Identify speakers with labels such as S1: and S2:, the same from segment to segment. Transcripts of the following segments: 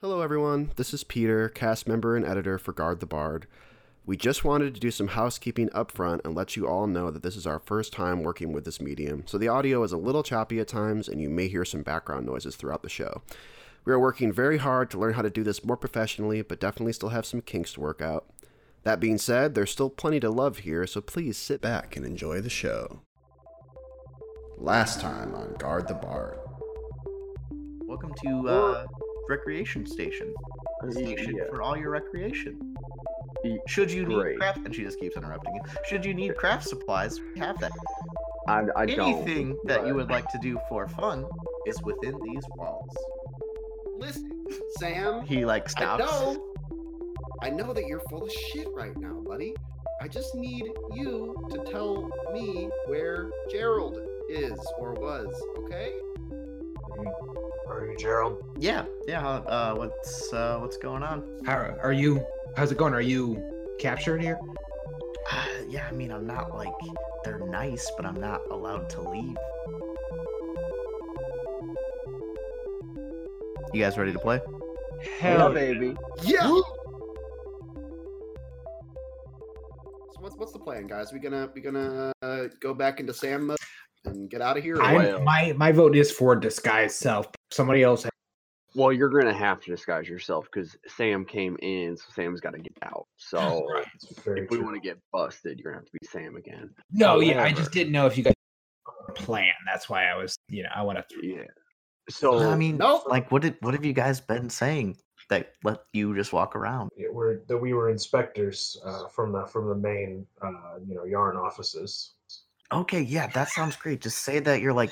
S1: Hello, everyone. This is Peter, cast member and editor for Guard the Bard. We just wanted to do some housekeeping up front and let you all know that this is our first time working with this medium, so the audio is a little choppy at times and you may hear some background noises throughout the show. We are working very hard to learn how to do this more professionally, but definitely still have some kinks to work out. That being said, there's still plenty to love here, so please sit back and enjoy the show. Last time on Guard the Bard.
S2: Welcome to uh, Recreation Station. A station
S3: Yeah.
S2: for all your recreation.
S3: Ye-
S2: Should you need
S3: Great.
S2: craft, and she just keeps interrupting you. Should you need craft supplies, we have that.
S3: I, I don't.
S2: Anything that you
S3: but-
S2: would like to do for fun is within these walls.
S1: Listen, Sam.
S2: He like stops.
S1: I know. I know that you're full of shit right now, buddy. I just need you to tell me where Gerald is or was, okay?
S4: Are you Gerald?
S2: Yeah, yeah. Uh, what's uh, what's going on?
S4: Hara, are you? How's it going? Are you captured here?
S2: Uh, yeah, I mean, I'm not like they're nice, but I'm not allowed to leave. You guys ready to play?
S3: Yeah,
S4: Hell,
S3: baby.
S1: Yeah. So what's what's the plan, guys? We gonna we gonna uh, go back into Sam mode and get out of here? or what?
S3: Well.
S4: I'm, my my vote is for disguise self. Somebody else.
S3: Well, you're gonna have to disguise yourself because Sam came in, so Sam's got to get out. So if we want to get busted, you're gonna have to be Sam again.
S4: no, yeah, I
S3: However-
S4: just didn't know if you guys had a plan. That's why I was, you know, I want to.
S3: Yeah. So
S2: I mean,
S1: Nope.
S2: like what did what have you guys been saying that let you just walk around?
S5: Yeah, we're that we were inspectors uh, from the from the main uh, you know yarn offices.
S2: Okay, yeah, that sounds great. Just say that you're like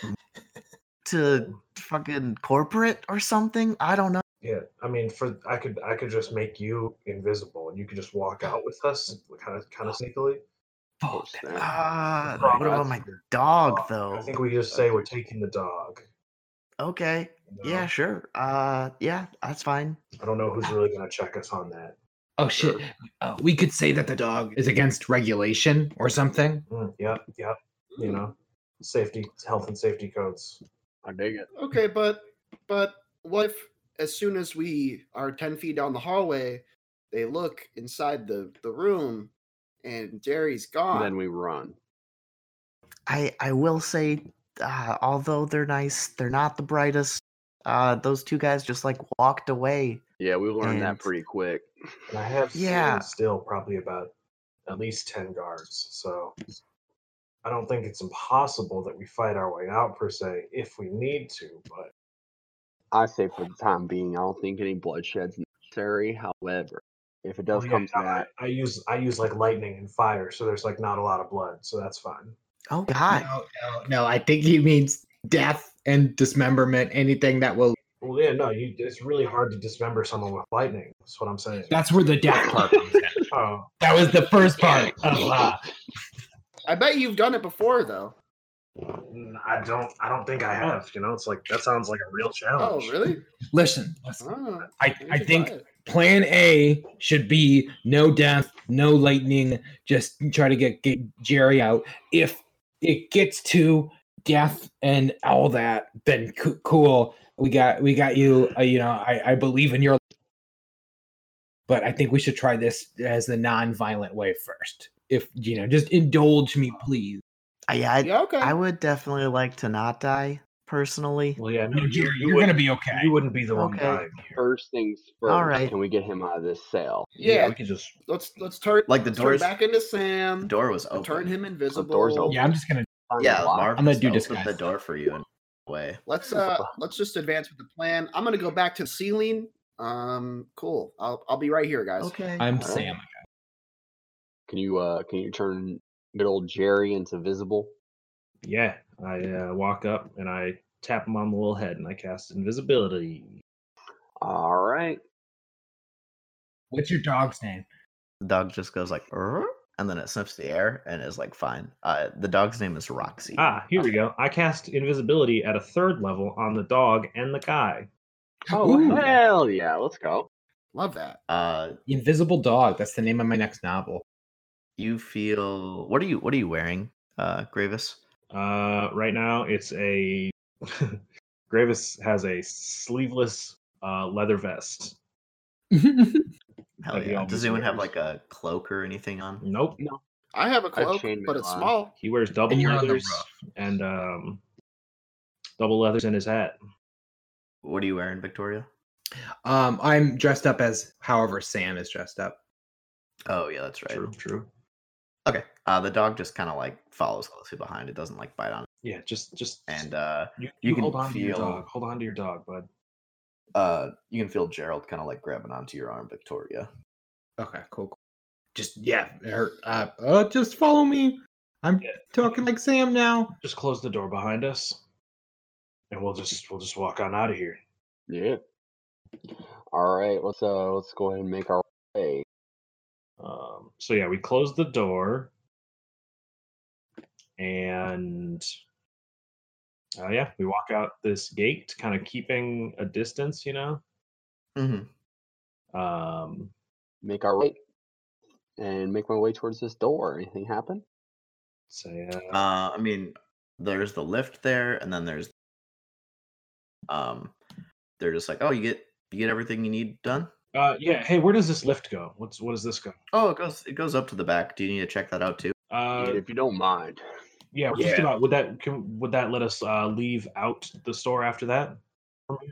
S2: to fucking corporate or something. I don't know.
S5: Yeah, I mean, for I could I could just make you invisible, and you could just walk out with us, kind of kind of sneakily.
S4: Vote.
S3: Sam.
S2: oh, Ah,
S5: Right,
S2: what about
S5: that's-
S2: my dog
S5: I
S2: though?
S5: think we just say we're taking the dog.
S2: Okay,
S5: you know?
S2: yeah, sure. Uh, yeah, that's fine.
S5: I don't know who's really gonna check us on that.
S4: Oh shit! Uh, we could say that the dog is against regulation or something.
S5: Mm, yep, yep.
S3: Hmm.
S5: You know, safety, health, and safety codes.
S3: I dig it.
S1: Okay, but but what if as soon as we are ten feet down the hallway, they look inside the the room, and Jerry's
S2: ah.
S1: gone.
S3: Then we run.
S2: I I will say, uh, although they're nice, they're not the brightest. Uh, those two guys just like walked away.
S3: Yeah, we learned
S2: And-
S3: that pretty quick.
S5: And I have seen
S2: Yeah.
S5: still probably about at least ten guards. So I don't think it's impossible that we fight our way out per se if we need to, but
S3: I say for the time being, I don't think any bloodshed's necessary. However, if it does
S5: Oh, yeah,
S3: come to
S5: no, I-
S3: that,
S5: I use I use like lightning and fire, so there's like not a lot of blood, so that's fine.
S2: Oh God.
S4: No, no, no. I think he means death and dismemberment. Anything that will.
S5: Well, yeah, no, you, it's really hard to dismember someone with lightning. That's what I'm saying.
S4: That's where the death part comes in.
S5: oh,
S4: That was the first part. Of, uh,
S1: I bet you've done it before, though.
S5: n- mm, I don't I don't think I have. You know, it's like that sounds like a real
S1: Oh,
S5: challenge.
S1: really?
S4: listen, listen.
S1: Oh,
S4: I,
S1: we
S4: I
S1: should
S4: think
S1: try it.
S4: plan A should be no death, no lightning, just try to get, get Jerry out. If it gets to death and all that, then coo- cool. We got we got you. Uh, you know, I, I believe in your. But I think we should try this as the non-violent way first. If you know, just indulge me, please.
S2: I, yeah, I,
S1: yeah, okay.
S2: I would definitely like to not die personally.
S5: Well, yeah, no,
S4: No,
S5: you,
S4: Jerry,
S5: you
S4: you're gonna
S5: wouldn't,
S4: be okay.
S5: you wouldn't be the one
S2: Okay.
S5: dying.
S3: first things first,
S2: All right.
S3: can we get him out of this cell?
S1: yeah,
S5: we can just
S1: let's let's turn
S2: Like the
S1: let's
S2: doors-
S1: turn back into Sam.
S2: door was open.
S1: Turn him invisible.
S3: open.
S4: Yeah, I'm just gonna.
S3: Find a
S2: Yeah,
S3: lock.
S2: Marv
S4: I'm gonna
S2: just
S4: do
S2: opened
S4: disguise.
S2: the door for you and away.
S1: Let's uh let's just advance with the plan. I'm gonna go back to the ceiling. Um, cool. I'll I'll be right here, guys.
S2: Okay.
S4: I'm
S3: All right.
S4: Sam.
S3: Can you uh can you turn good old Jerry into visible?
S5: yeah. I uh, walk up and I tap him on the little head and I cast invisibility.
S3: All right.
S4: What's your dog's name?
S2: The dog just goes like, "Rrr," and then it sniffs the air and is like, fine. Uh, the dog's name is Roxy.
S5: Ah, here we go. I cast invisibility at a third level on the dog and the guy.
S3: Oh
S4: Ooh.
S3: hell yeah, let's go.
S1: Love that.
S2: Uh,
S4: Invisible Dog. That's the name of my next novel.
S2: you feel what are you what are you wearing, uh, Gravis?
S5: Uh, right now, it's a Gravis has a sleeveless uh, leather vest
S2: Hell
S6: Like he
S2: yeah.
S6: always
S2: Does anyone have
S6: wears.
S2: like a cloak or anything on?
S5: Nope.
S1: I have a
S3: I have
S1: cloak,
S3: chain
S1: but
S3: mail
S1: it's
S3: on.
S1: small.
S5: He wears double
S6: you're on the
S5: leathers
S6: rough.
S5: and um, double leathers in his hat.
S2: What are you wearing, Victoria?
S7: Um, I'm dressed up as however Sam is dressed up.
S2: Oh yeah, that's right.
S5: True, true.
S2: Okay. Uh, the dog just kind of like follows closely behind. It doesn't like bite on. It.
S5: Yeah, just just
S2: And uh,
S5: you,
S2: you
S5: you
S2: can
S5: hold on to your
S2: feel-
S5: dog. Hold on to your dog, bud.
S2: uh, you can feel Gerald kind of like grabbing onto your arm, Victoria.
S7: Okay, cool. cool. Just yeah, her, uh, uh, just follow me. I'm
S5: Yeah.
S7: talking like Sam now.
S5: Just close the door behind us, and we'll just we'll just walk on out of here.
S3: Yeah. All right. Let's uh let's go ahead and make our way.
S5: Um, so yeah, we close the door, and oh yeah, we walk out this gate, kind of keeping a distance, you know.
S2: Mm-hmm.
S5: Um,
S3: Make our way. And make my way towards this door. Anything happen?
S5: so yeah,
S2: Uh, I mean, there's the lift there, and then there's um, they're just like, oh, you get you get everything you need done.
S5: Uh, yeah. Hey, where does this lift go? What's what does this go?
S2: Oh, it goes it goes up to the back. Do you need to check that out too?
S5: Uh,
S3: if you don't mind.
S5: yeah. Just
S7: Yeah.
S5: about would that can, would that let us uh, leave out the store after that?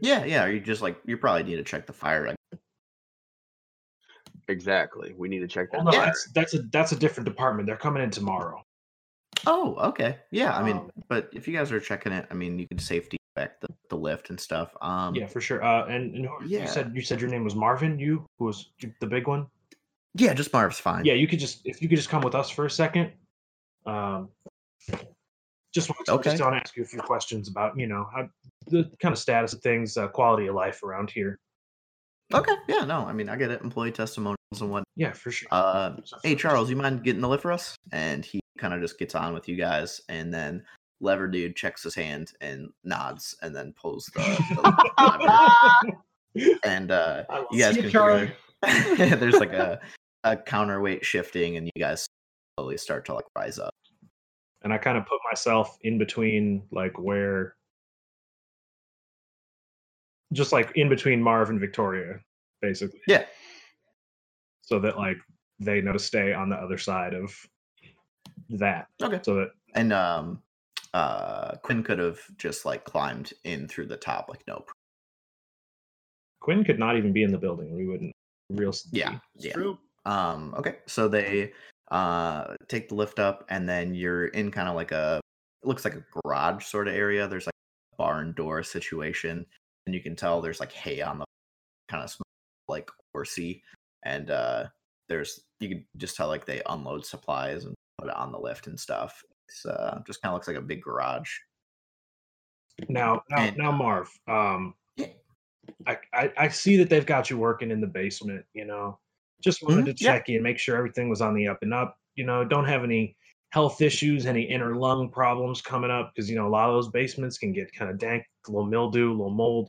S2: Yeah, yeah. You just like you probably need to check the fire. ex-
S3: Exactly. We need to check that.
S5: Well, no,
S3: fire.
S5: that's that's a that's a different department. They're coming in tomorrow.
S2: Oh, okay. Yeah, I mean,
S5: Um,
S2: but if you guys are checking it, I mean, you can safety check the, the lift and stuff. Um,
S5: yeah, for sure. Uh, and, and who,
S2: yeah.
S5: you said you said your name was Marvin. You who was the big one?
S2: yeah, just Marv's fine.
S5: Yeah, you could just if you could just come with us for a second. Um, just want to
S2: Okay.
S5: just want to ask you a few questions about you know how the kind of status of things, uh, quality of life around here.
S2: Okay. Yeah. No, I mean, I get it. Employee testimonials and what.
S5: Yeah, for sure.
S2: Uh,
S5: So-
S2: hey Charles, you mind getting the lift for us? And he kind of just gets on with you guys, and then lever dude checks his hand and nods, and then pulls the, the lever. And uh,
S5: I love
S2: you guys
S7: See
S2: can
S7: you,
S2: figure it- there's like a a counterweight shifting, and you guys slowly start to like rise up.
S5: and I kind of put myself in between, like where, just like in between Marv and Victoria, basically.
S2: Yeah.
S5: So that like they know to stay on the other side of that.
S2: Okay.
S5: So that
S2: And um, uh, Quinn could have just like climbed in through the top, like no.
S5: Quinn could not even be in the building. We wouldn't real.
S2: Yeah. Yeah. Um, okay, so they uh take the lift up, and then you're in kind of like a it looks like a garage sort of area. There's like a barn door situation, and you can tell there's like hay on the kind of like horsey, and uh there's you can just tell like they unload supplies and put it on the lift and stuff. It's uh just kind of looks like a big garage.
S5: Now, now,
S2: And-
S5: now, Marv. Um,
S2: Yeah.
S5: I, I I see that they've got you working in the basement. You know, just wanted
S2: Mhm,
S5: to
S2: yeah.
S5: check in, make sure everything was on the up and up. You know, don't have any health issues, any inner lung problems coming up because you know a lot of those basements can get kind of dank, a little mildew, a little mold.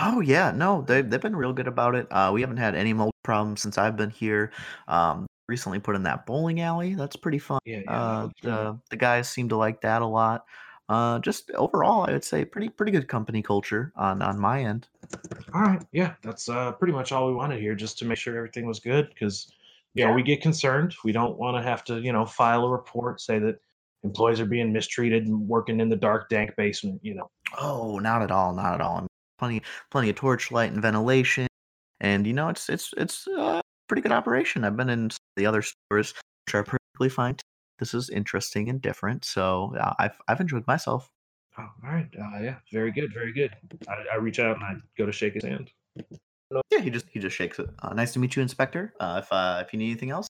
S2: Oh yeah, no, they they've been real good about it. Uh, we haven't had any mold problems since I've been here. Um, recently put in that bowling alley. That's pretty fun.
S5: Yeah, yeah, that
S2: Uh,
S5: looks really-
S2: the the guys seem to like that a lot. Uh, just overall, I would say pretty pretty good company culture on on my end.
S5: All right, yeah, that's uh, pretty much all we wanted here, just to make sure everything was good, because you know we get concerned. We don't want to have to, you know, file a report say that employees are being mistreated and working in the dark, dank basement. You know,
S2: Oh, not at all, not at all. I mean, plenty plenty of torchlight and ventilation, and you know it's it's it's a pretty good operation. I've been in some of the other stores which are perfectly fine. too. This is interesting and different, so uh, I've I've enjoyed myself.
S5: oh, all right, uh, yeah, very good, very good. I, I reach out and I go to shake his hand.
S2: Yeah, he just he just shakes it. Uh, nice to meet you, Inspector. Uh, if uh, if you need anything else,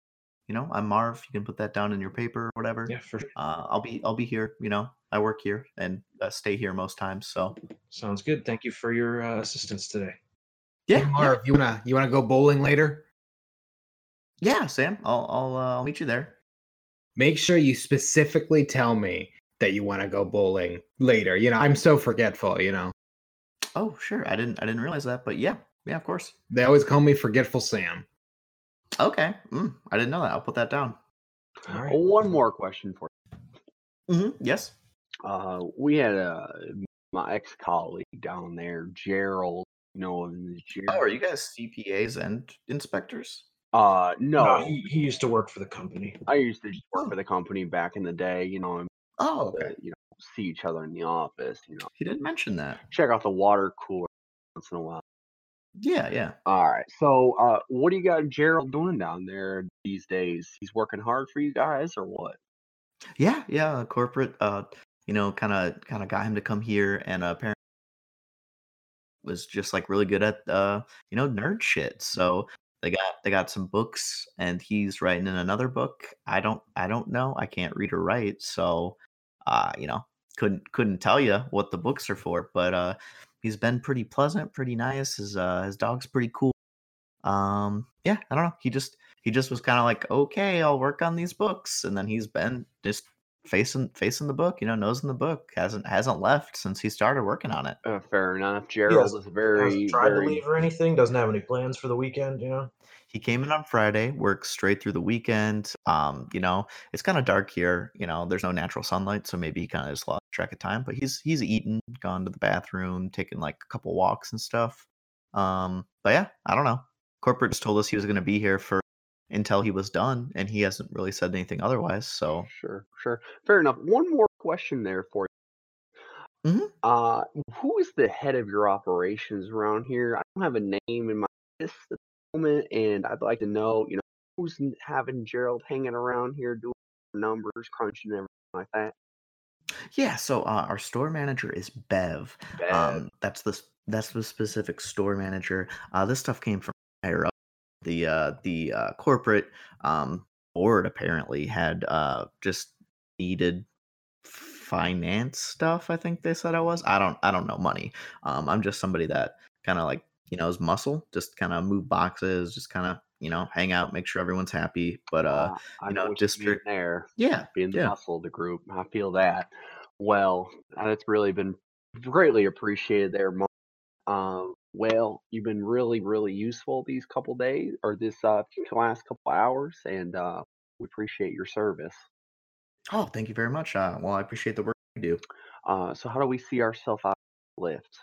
S2: you know, I'm Marv. You can put that down in your paper or whatever.
S5: Yeah, for sure.
S2: Uh, I'll be I'll be here. You know, I work here and uh, stay here most times. So
S5: Sounds good. Thank you for your uh, assistance today.
S2: yeah,
S7: Hey,
S2: yeah,
S7: Marv, you wanna you wanna go bowling later?
S2: yeah, Sam. I'll I'll uh, I'll meet you there.
S7: Make sure you specifically tell me that you want to go bowling later. You know, I'm so forgetful. You know,
S2: Oh sure, I didn't I didn't realize that, but yeah, yeah, of course.
S7: they always call me forgetful Sam.
S2: Okay, mm, I didn't know that. I'll put that down.
S5: All right.
S3: One more question for
S2: hmm Yes.
S3: you. Uh, we had uh, my ex colleague down there, Gerald, know of in this year.
S2: Oh, are you guys CPAs and inspectors?
S3: Uh, no,
S5: No, he, he used to work for the company.
S3: I used to just work for the company back in the day. You know, and
S2: Oh,
S3: uh,
S2: okay.
S3: you know, see each other in the office. You know,
S2: He didn't mention that.
S3: check out the water cooler once in a while.
S2: Yeah, yeah.
S3: All right. So, uh, what do you got Gerald doing down there these days? He's working hard for you guys, or what?
S2: Yeah, yeah. Corporate, uh, you know, kind of, kind of got him to come here, and uh, apparently was just like really good at, uh, you know, nerd shit. So they got they got some books, and he's writing in another book. I don't, I don't know. I can't read or write, so, uh, you know, couldn't couldn't tell you what the books are for. But uh, he's been pretty pleasant, pretty nice. His uh, his dog's pretty cool. Um, yeah, I don't know. He just he just was kind of like, okay, I'll work on these books, and then he's been just facing facing the book, you know, nose in the book, hasn't hasn't left since he started working on it.
S3: Uh, fair enough. Gerald is very,
S5: Hasn't tried
S3: very
S5: to leave or anything. Doesn't have any plans for the weekend. You know.
S2: He came in on Friday, worked straight through the weekend. Um, you know, it's kind of dark here. You know, there's no natural sunlight, so maybe he kind of just lost track of time. But he's he's eaten, gone to the bathroom, taken like a couple walks and stuff. Um, but yeah, I don't know. Corporate just told us he was going to be here for until he was done, and he hasn't really said anything otherwise. So
S3: Sure, sure. Fair enough. One more question there for you.
S2: Mhm.
S3: Uh, who is the head of your operations around here? I don't have a name in my list at the moment, and I'd like to know, you know, who's n- having Gerald hanging around here doing numbers, crunching everything like that.
S2: Yeah, so uh, our store manager is Bev.
S3: Bad.
S2: Um, that's the s- that's the specific store manager. Uh, this stuff came from higher up. The uh, the uh, corporate um, board apparently had uh, just needed finance stuff. I think they said I was. I don't I don't know money. Um, I'm just somebody that kind of like you know is muscle. Just kind of move boxes. Just kind of you know hang out, make sure everyone's happy. But uh,
S3: Ah, I
S2: you know,
S3: know, what you mean
S2: district-
S3: there.
S2: yeah,
S3: being the
S2: Yeah.
S3: muscle of the group. I feel that. Well, that's really been greatly appreciated there, Mark. Um, well, you've been really, really useful these couple days or this uh, last couple hours, and uh, we appreciate your service.
S2: Oh, thank you very much. Uh, well, I appreciate the work you do.
S3: Uh, so, how do we see ourselves out of the lift?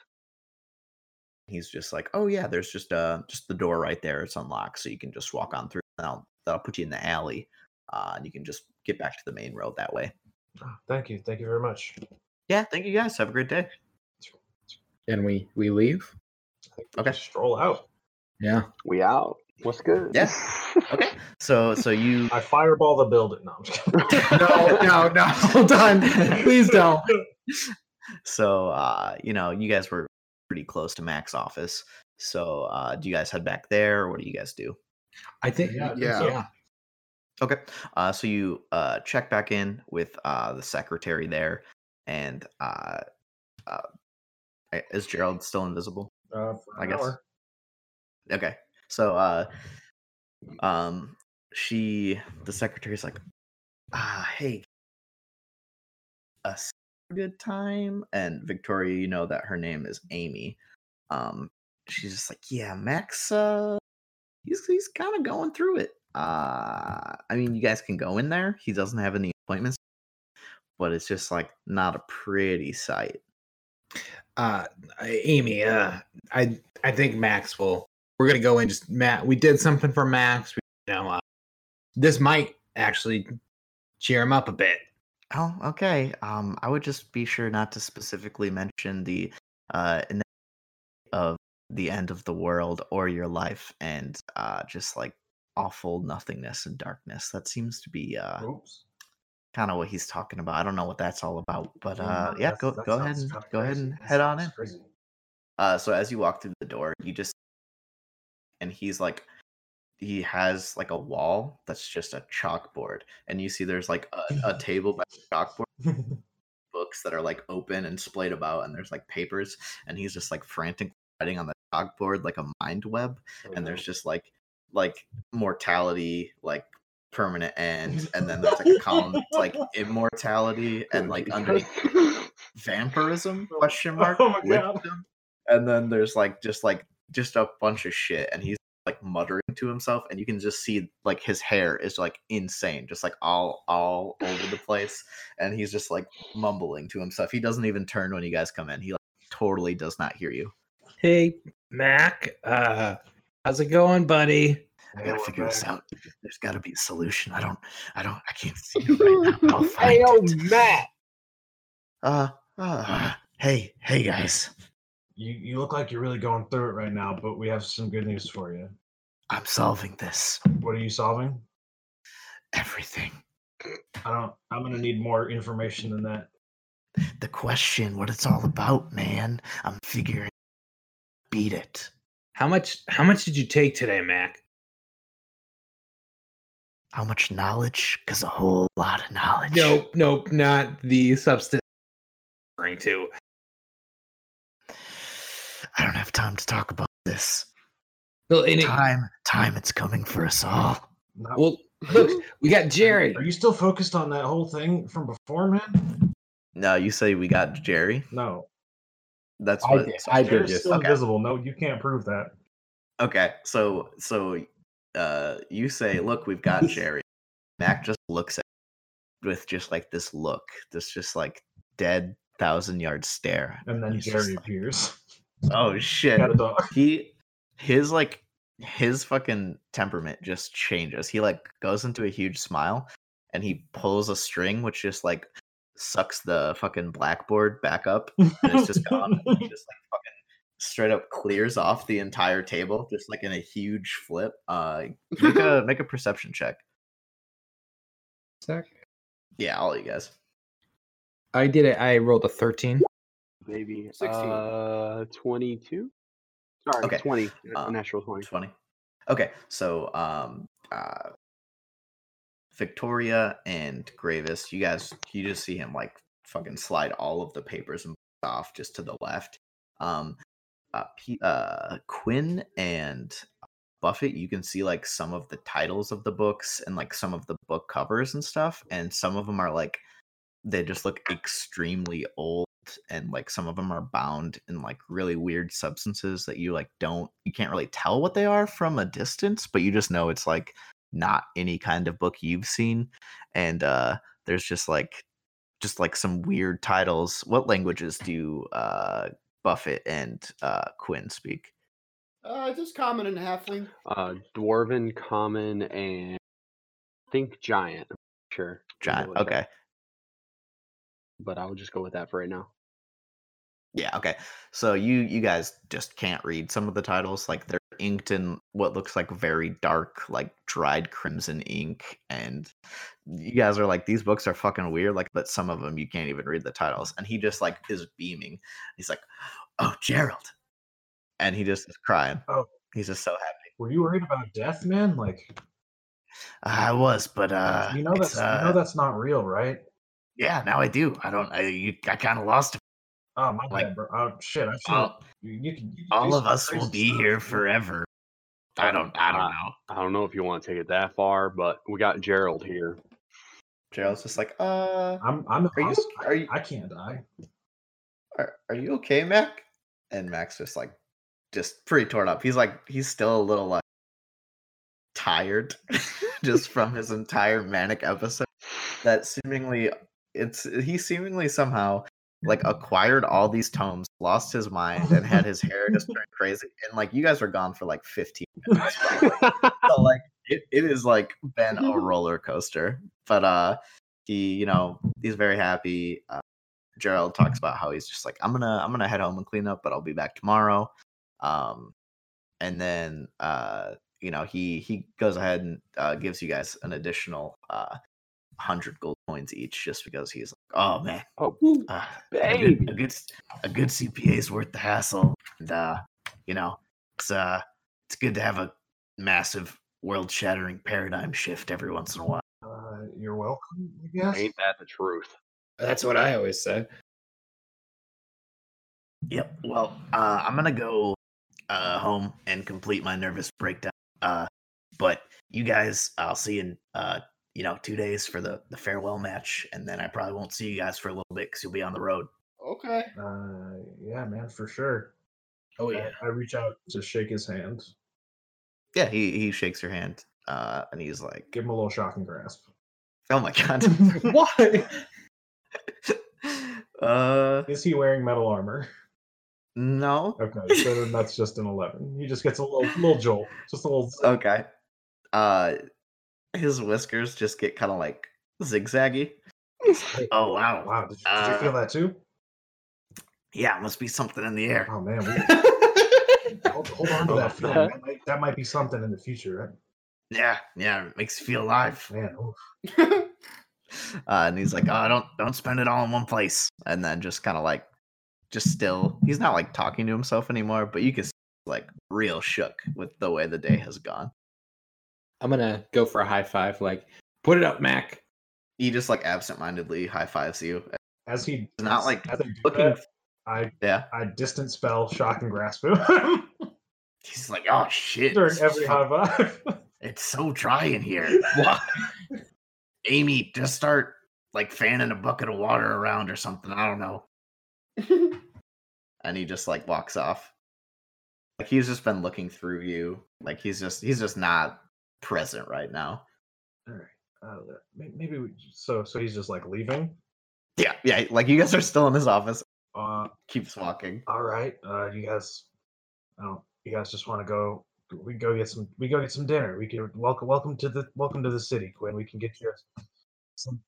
S2: he's just like, "Oh yeah, there's just uh just the door right there. It's unlocked, so you can just walk on through. And I'll that'll put you in the alley, uh, and you can just get back to the main road that way."
S5: Oh, Thank you. Thank you very much.
S2: Yeah, thank you guys. Have a great day.
S7: And we we leave.
S5: I think we
S2: Okay.
S5: just Stroll out.
S7: Yeah.
S3: We out. What's good?
S2: Yeah. Okay, so so you
S5: I fireball the building. No, I'm just kidding.
S7: No, no, no. Hold on. Please don't.
S2: Uh, so uh you know you guys were pretty close to Mac's office. So uh, do you guys head back there, or what do you guys do?
S7: I think.
S5: Yeah, I think
S1: Yeah.
S7: Yeah.
S1: so.
S2: Okay. Uh, so you uh, check back in with uh, the secretary there, and uh, uh, I- is Gerald still invisible?
S5: Uh, for
S2: I
S5: an
S2: guess.
S5: hour.
S2: Okay. So uh um she the secretary's like ah hey a s- good time and Victoria you know that her name is Amy. Um she's just like yeah Max uh he's he's kind of going through it. Uh I mean you guys can go in there. He doesn't have any appointments but it's just like not a pretty sight.
S7: Uh, Amy. Uh, I I think Max will. We're gonna go in. Just Matt. We did something for Max. We, you know, uh, this might actually cheer him up a bit.
S2: Oh, okay. Um, I would just be sure not to specifically mention the uh in- of the end of the world or your life and uh just like awful nothingness and darkness. That seems to be uh
S5: Oops.
S2: kind of what he's talking about. I don't know what that's all about, but
S5: Yeah,
S2: uh
S5: no,
S2: yeah,
S5: that's-
S2: go
S5: that
S2: go ahead
S5: sounds
S2: and
S5: kinda
S2: go ahead
S5: crazy.
S2: and
S5: That
S2: head on
S5: sounds
S2: in.
S5: crazy.
S2: Uh, so as you walk through the door, you just and he's like, he has like a wall that's just a chalkboard, and you see there's like a, a table by the chalkboard. books that are like open and splayed about, and there's like papers, and he's just like frantic writing on the chalkboard like a mind web, and there's just like like mortality, like permanent end, and then there's like a column that's like immortality, and like underneath vampirism question mark,
S5: Oh my God.
S2: wisdom, and then there's like just like just a bunch of shit, and he's like muttering to himself and you can just see like his hair is like insane just like all all over the place and he's just like mumbling to himself. He doesn't even turn when you guys come in. He like, totally does not hear you.
S7: Hey, Mac. Uh, how's it going, buddy?
S2: I gotta figure this out. There's gotta be a solution. I don't, I don't, I can't see it right now, but I'll find
S7: Hey, oh,
S2: it.
S7: Matt.
S2: Uh, uh, hey, hey guys,
S5: You you look like you're really going through it right now, but we have some good news for you.
S2: I'm solving this.
S5: What are you solving?
S2: Everything.
S5: I don't. I'm gonna need more information than that.
S2: The question, what it's all about, man. I'm figuring. Beat it.
S7: How much? How much did you take today, Mac?
S2: How much knowledge? Cause a whole lot of knowledge.
S7: Nope, nope, not the substance. I'm referring to.
S2: I don't have time to talk about this.
S7: Well, and it-
S2: Time, time, it's coming for us all.
S5: Not-
S7: well, look, we got Jerry.
S5: Are you still focused on that whole thing from before, man?
S2: No, you say we got Jerry.
S5: No.
S2: That's
S7: I did. I did.
S5: Jared's
S7: Just,
S5: still
S2: Okay.
S5: invisible. No, you can't prove that.
S2: Okay, so so uh you say, look, we've got Jerry. Mac just looks at with just like this look, this just like dead thousand yard stare.
S5: And then
S2: He's just
S5: Jerry
S2: like,
S5: appears.
S2: oh shit.
S5: Got a dog.
S2: He his like his fucking temperament just changes. He like goes into a huge smile and he pulls a string which just like sucks the fucking blackboard back up and it's just gone. and he just like fucking straight up clears off the entire table, just like in a huge flip. Uh, make a make a perception check.
S7: Sec.
S2: Yeah, all you guys.
S7: I did it. I rolled a thirteen.
S3: Maybe
S1: 16.
S3: uh, 22? Sorry,
S2: Okay,
S3: 20. That's
S2: uh,
S3: a natural 20.
S2: Twenty. Okay, so um, uh, Victoria and Gravis, you guys, you just see him like fucking slide all of the papers and off just to the left. Um, uh, P- uh, Quinn and Buffett, you can see like some of the titles of the books and like some of the book covers and stuff, and some of them are like they just look extremely old and like some of them are bound in like really weird substances that you like don't you can't really tell what they are from a distance but you just know it's like not any kind of book you've seen and uh there's just like just like some weird titles what languages do uh buffett and uh quinn speak
S6: Uh, just common and halfling.
S3: Uh, Dwarven, Common, and I think Giant. I'm not Sure. We'll go
S2: john
S3: with that,
S2: okay
S3: But I will just go with that for right now.
S2: Yeah, okay. So you you guys just can't read some of the titles. Like they're inked in what looks like very dark, like dried crimson ink, and you guys are like, these books are fucking weird. Like, but some of them you can't even read the titles. And he just like is beaming. He's like, "Oh, Gerald," and he just is crying.
S5: Oh.
S2: he's just so happy.
S5: Were you worried about death, man? Like,
S2: I was, but uh,
S5: you know
S2: it's,
S5: that's you
S2: uh,
S5: know that's not real, right?
S2: yeah. Now I do. I don't. I you, I kind of lost. Him.
S5: Oh my
S2: like-
S5: bad, bro. Oh shit, I should.
S2: All,
S5: you, you can, you can do
S2: all of
S5: some
S2: us will
S5: crazy
S2: be
S5: stuff.
S2: here forever. I don't. I
S3: Uh,
S2: don't know.
S3: I don't know if you want to take it that far, but we got Gerald here.
S2: Gerald's just like, uh,
S5: I'm I'm
S2: Are you
S5: hosp-
S2: okay- are you-
S5: I can't die.
S2: are, are you okay, Mac? And Mac's just like, just pretty torn up. He's like, he's still a little like tired just from his entire manic episode that seemingly it's he seemingly somehow like acquired all these tomes lost his mind and had his hair just turn crazy and like you guys were gone for like 15 minutes probably. so like it, it has like been a roller coaster but uh he you know he's very happy uh, gerald talks about how he's just like i'm gonna i'm gonna head home and clean up but i'll be back tomorrow um and then uh you know he he goes ahead and uh, gives you guys an additional uh 100 gold coins each just because he's like oh man
S3: Oh,
S2: uh, a, good,
S3: Baby.
S2: a good s- a good CPA is worth the hassle. And uh, you know, it's uh it's good to have a massive world shattering paradigm shift every once in a while.
S5: Uh, you're welcome. I guess.
S3: ain't that the truth?
S7: That's what I always say.
S2: Yep. Well, uh, I'm gonna go uh, home and complete my nervous breakdown. Uh, but you guys, I'll see you in uh, you know two days for the the farewell match, and then I probably won't see you guys for a little bit because you'll be on the road.
S6: Okay.
S5: Uh, yeah, man, for sure.
S7: Oh
S5: I, I reach out to shake his hand,
S2: Yeah, he he shakes your hand, uh, and he's like,
S5: give him a little shock and grasp.
S2: "Oh my god,
S7: Why?
S2: uh
S5: Is he wearing metal armor?
S2: No.
S5: Okay, so then that's just an eleven. He just gets a little, little jolt, just a little.
S2: Okay. Uh, his whiskers just get kind of like zigzaggy. Oh wow!
S5: Wow, did you, did you
S2: Uh,
S5: feel that too?
S2: Yeah, must be something in the air.
S5: Oh man, we, hold, hold on to
S3: Oh,
S5: that feeling.
S3: man.
S5: That might, that might be something in the future.
S2: Yeah, yeah, it makes you feel alive.
S5: Right? Man, oof.
S2: Uh, and he's like, "Oh, don't don't spend it all in one place." And then just kind of like, just still, he's not like talking to himself anymore, but you can see, like real shook with the way the day has gone.
S4: I'm gonna go for a high five. Like, put it up, Mac.
S2: He just like absentmindedly high fives you.
S5: as he
S2: It's not like
S5: as they do
S2: looking.
S5: that, I
S2: Yeah,
S5: I distance spell shock and grasp him
S2: he's like, "Oh shit!"
S5: during
S2: it's
S5: every
S2: fu-
S5: high five.
S2: It's so dry in here. Amy, just start like fanning a bucket of water around or something. I don't know. and he just like walks off. Like he's just been looking through you. Like he's just he's just not present right now.
S5: All right, uh, may- maybe we, so. So he's just like leaving.
S2: Yeah, yeah. Like you guys are still in his office.
S5: Uh,
S2: Keeps walking.
S5: all right, uh, you guys. I don't. You guys just want to go. We can go get some. We go get some dinner. We can welcome. Welcome to the. Welcome to the city, Quinn. We can get you some.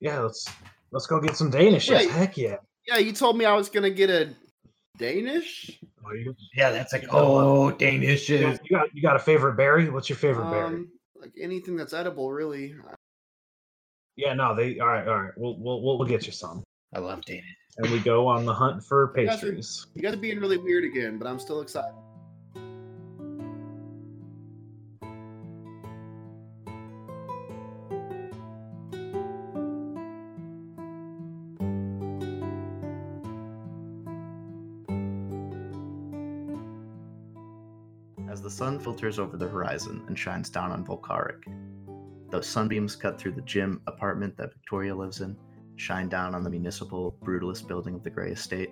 S5: Yeah, let's let's go get some Danish.
S8: Wait.
S5: Heck yeah.
S8: yeah, you told me I was gonna get a Danish.
S5: Oh, you,
S2: Yeah, that's like
S4: Oh, Danish
S5: you
S4: is
S5: got, you got you got a favorite berry? What's your favorite berry?
S8: Um, like anything that's edible, really. Uh,
S5: Yeah, no, they all right, all right. We'll we'll we'll we'll get you some.
S4: I love Danish.
S5: And we go on the hunt for
S8: guys are-
S5: pastries.
S8: You guys are being really weird again, but I'm still excited.
S2: As the sun filters over the horizon and shines down on Volcaric, those sunbeams cut through the gym apartment that Victoria lives in, shine down on the municipal brutalist building of the Grey Estate,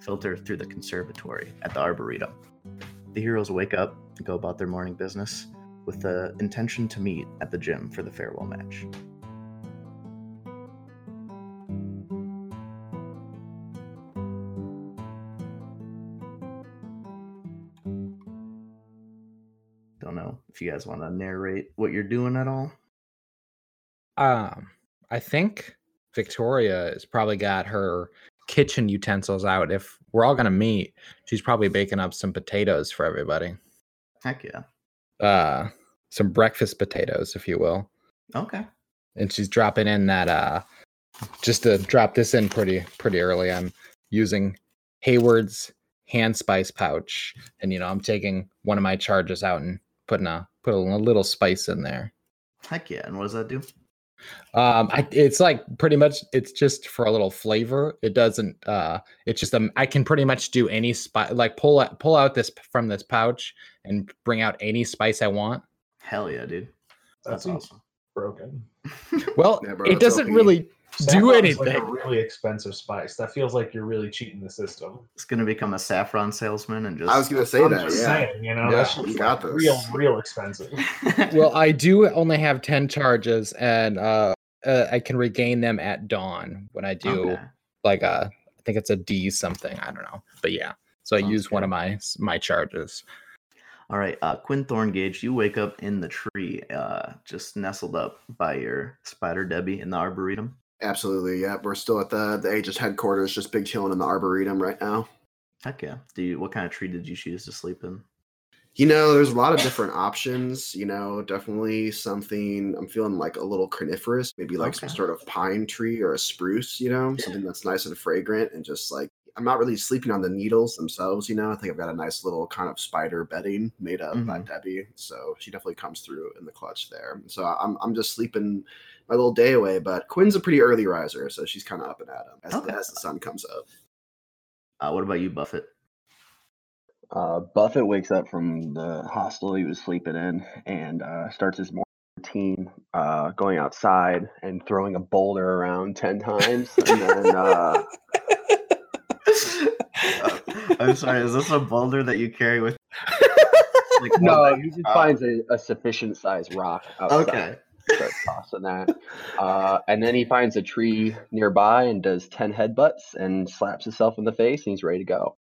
S2: filter through the conservatory at the Arboretum. The heroes wake up and go about their morning business with the intention to meet at the gym for the farewell match. Don't know if you guys want to narrate what you're doing at all.
S4: Um, I think Victoria has probably got her kitchen utensils out. If we're all gonna meet, she's probably baking up some potatoes for everybody.
S2: Heck yeah.
S4: Uh, some breakfast potatoes, if you will.
S2: Okay.
S4: And she's dropping in that uh, just to drop this in pretty pretty early. I'm using Hayward's hand spice pouch, and you know I'm taking one of my charges out and putting a putting a little spice in there.
S2: Heck yeah. And what does that do?
S4: Um, I, it's like pretty much it's just for a little flavor. It doesn't. Uh, it's just um, I can pretty much do any spice. Like pull out, pull out this p- from this pouch and bring out any spice I want.
S2: Hell yeah, dude.
S5: That
S2: That's
S5: seems
S2: awesome.
S5: broken.
S4: Well,
S1: Yeah, bro,
S4: it
S1: that's
S4: doesn't
S1: OP.
S4: really do
S5: Saffron is Like a
S4: anything.
S5: really expensive spice. That feels like you're really cheating the system.
S2: It's gonna become a saffron salesman and just.
S1: I was gonna say
S5: I'm
S1: that.
S5: just
S1: Yeah,
S5: saying, you know,
S4: Yeah.
S5: that shit's
S1: you got
S5: like
S1: this.
S5: real, real expensive.
S4: well, I do only have ten charges, and uh, uh, I can regain them at dawn when I do
S2: Okay.
S4: like a. I think it's a D something. I don't know, but yeah. So I
S2: Sounds
S4: use one
S2: good.
S4: of my my charges.
S2: All right, uh, Quinn Thorngage, you wake up in the tree, uh, just nestled up by your spider Debbie in the arboretum.
S1: absolutely. Yeah, we're still at the the Aegis headquarters, just big chilling in the arboretum right now.
S2: Heck yeah! Do you, what kind of tree did you choose to sleep in?
S1: You know, there's a lot of different options. You know, definitely something I'm feeling like a little coniferous, maybe like some
S2: Okay.
S1: sort of pine tree or a spruce, you know, something that's nice and fragrant and just like I'm not really sleeping on the needles themselves, you know. I think I've got a nice little kind of spider bedding made up by
S2: Mhm.
S1: Debbie. So she definitely comes through in the clutch there. So I'm I'm just sleeping my little day away, but Quinn's a pretty early riser, so she's kinda up and at 'em as,
S2: Okay.
S1: the, as the sun comes up.
S2: Uh, what about you, Buffett?
S3: Uh, Buffett wakes up from the hostel he was sleeping in and uh, starts his morning routine, uh, going outside and throwing a boulder around ten times, and then uh,
S2: Uh, I'm sorry, is this a boulder that you carry with? Like,
S3: no,
S2: one that
S3: he
S2: you-
S3: just
S2: uh,
S3: finds a, a sufficient size rock outside.
S2: Okay.
S3: starts tossing that. Uh, and then he finds a tree nearby and does 10 headbutts and slaps himself in the face and he's ready to go.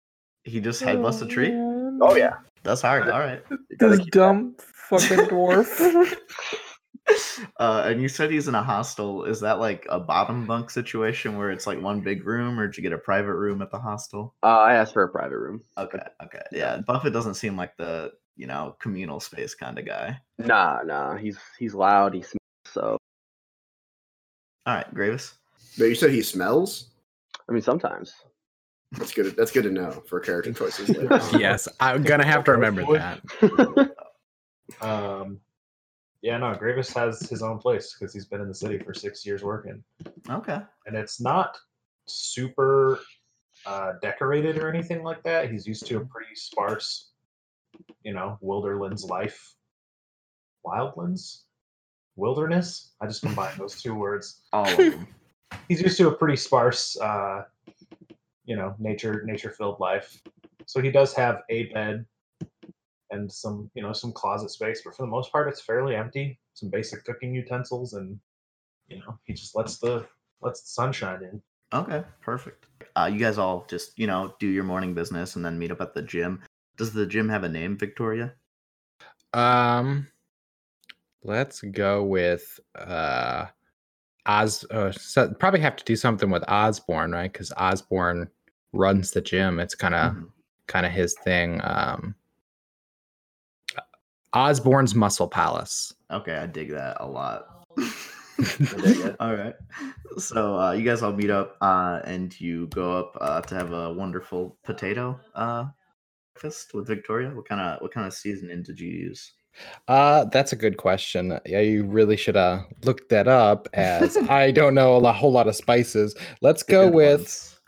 S2: He just headbusts a tree.
S3: Oh, yeah.
S2: That's hard. All right.
S3: You gotta
S9: This
S3: keep that.
S9: dumb fucking dwarf.
S2: Uh, and you said he's in a hostel. Is that like a bottom bunk situation where it's like one big room, or did you get a private room at the hostel?
S3: Uh, I asked for a private room.
S2: Okay, okay, yeah. Buffett doesn't seem like the you know communal space kind of guy.
S3: Nah, nah. He's he's loud. He smells. So
S2: All right, Gravis.
S1: No, you said he smells.
S3: I mean, sometimes.
S1: That's good. That's good to know for character choices. Later on.
S4: yes, I'm gonna have to remember that.
S5: Um, yeah, no, Gravis has his own place because he's been in the city for six years working,
S2: Okay,
S5: and it's not super uh, decorated or anything like that. He's used to a pretty sparse, you know, wilderlands life. Wildlands, wilderness. I just combined those two words.
S2: all of them.
S5: he's used to a pretty sparse uh you know nature nature filled life so he does have a bed and some you know some closet space but for the most part it's fairly empty some basic cooking utensils and you know he just lets the lets the sunshine in
S2: Okay, perfect. Uh, you guys all just you know do your morning business and then meet up at the gym. Does the gym have a name, Victoria?
S4: Um, let's go with uh, Os. Uh, so probably have to do something with Osborne, right? Because Osborne runs the gym. It's kind of
S2: Mhm.
S4: kind of his thing. Um, Osborne's Muscle Palace.
S2: Okay, I dig that a lot.
S3: dig it.
S2: all right. So uh, you guys all meet up uh, and you go up uh, to have a wonderful potato uh, breakfast with Victoria. What kind of what kind of seasoning did you use?
S4: Uh, that's a good question. Yeah, you really should have looked that up as I don't know a lo- whole lot of spices. Let's
S2: The
S4: go
S2: good
S4: with
S2: ones.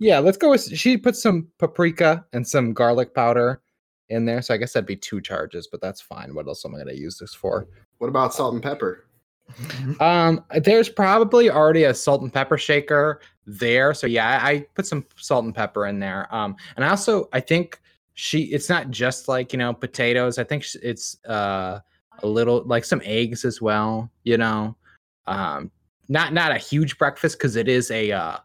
S4: yeah, let's go with she put some paprika and some garlic powder in there. So I guess that'd be two charges, but that's fine. What else am I gonna use this for?
S1: What about salt and pepper?
S4: Um, there's probably already a salt and pepper shaker there. So yeah, I, I put some salt and pepper in there. Um, and I also I think she it's not just like you know potatoes. I think sh- it's uh a little like some eggs as well. You know, um, not not a huge breakfast because it is a uh,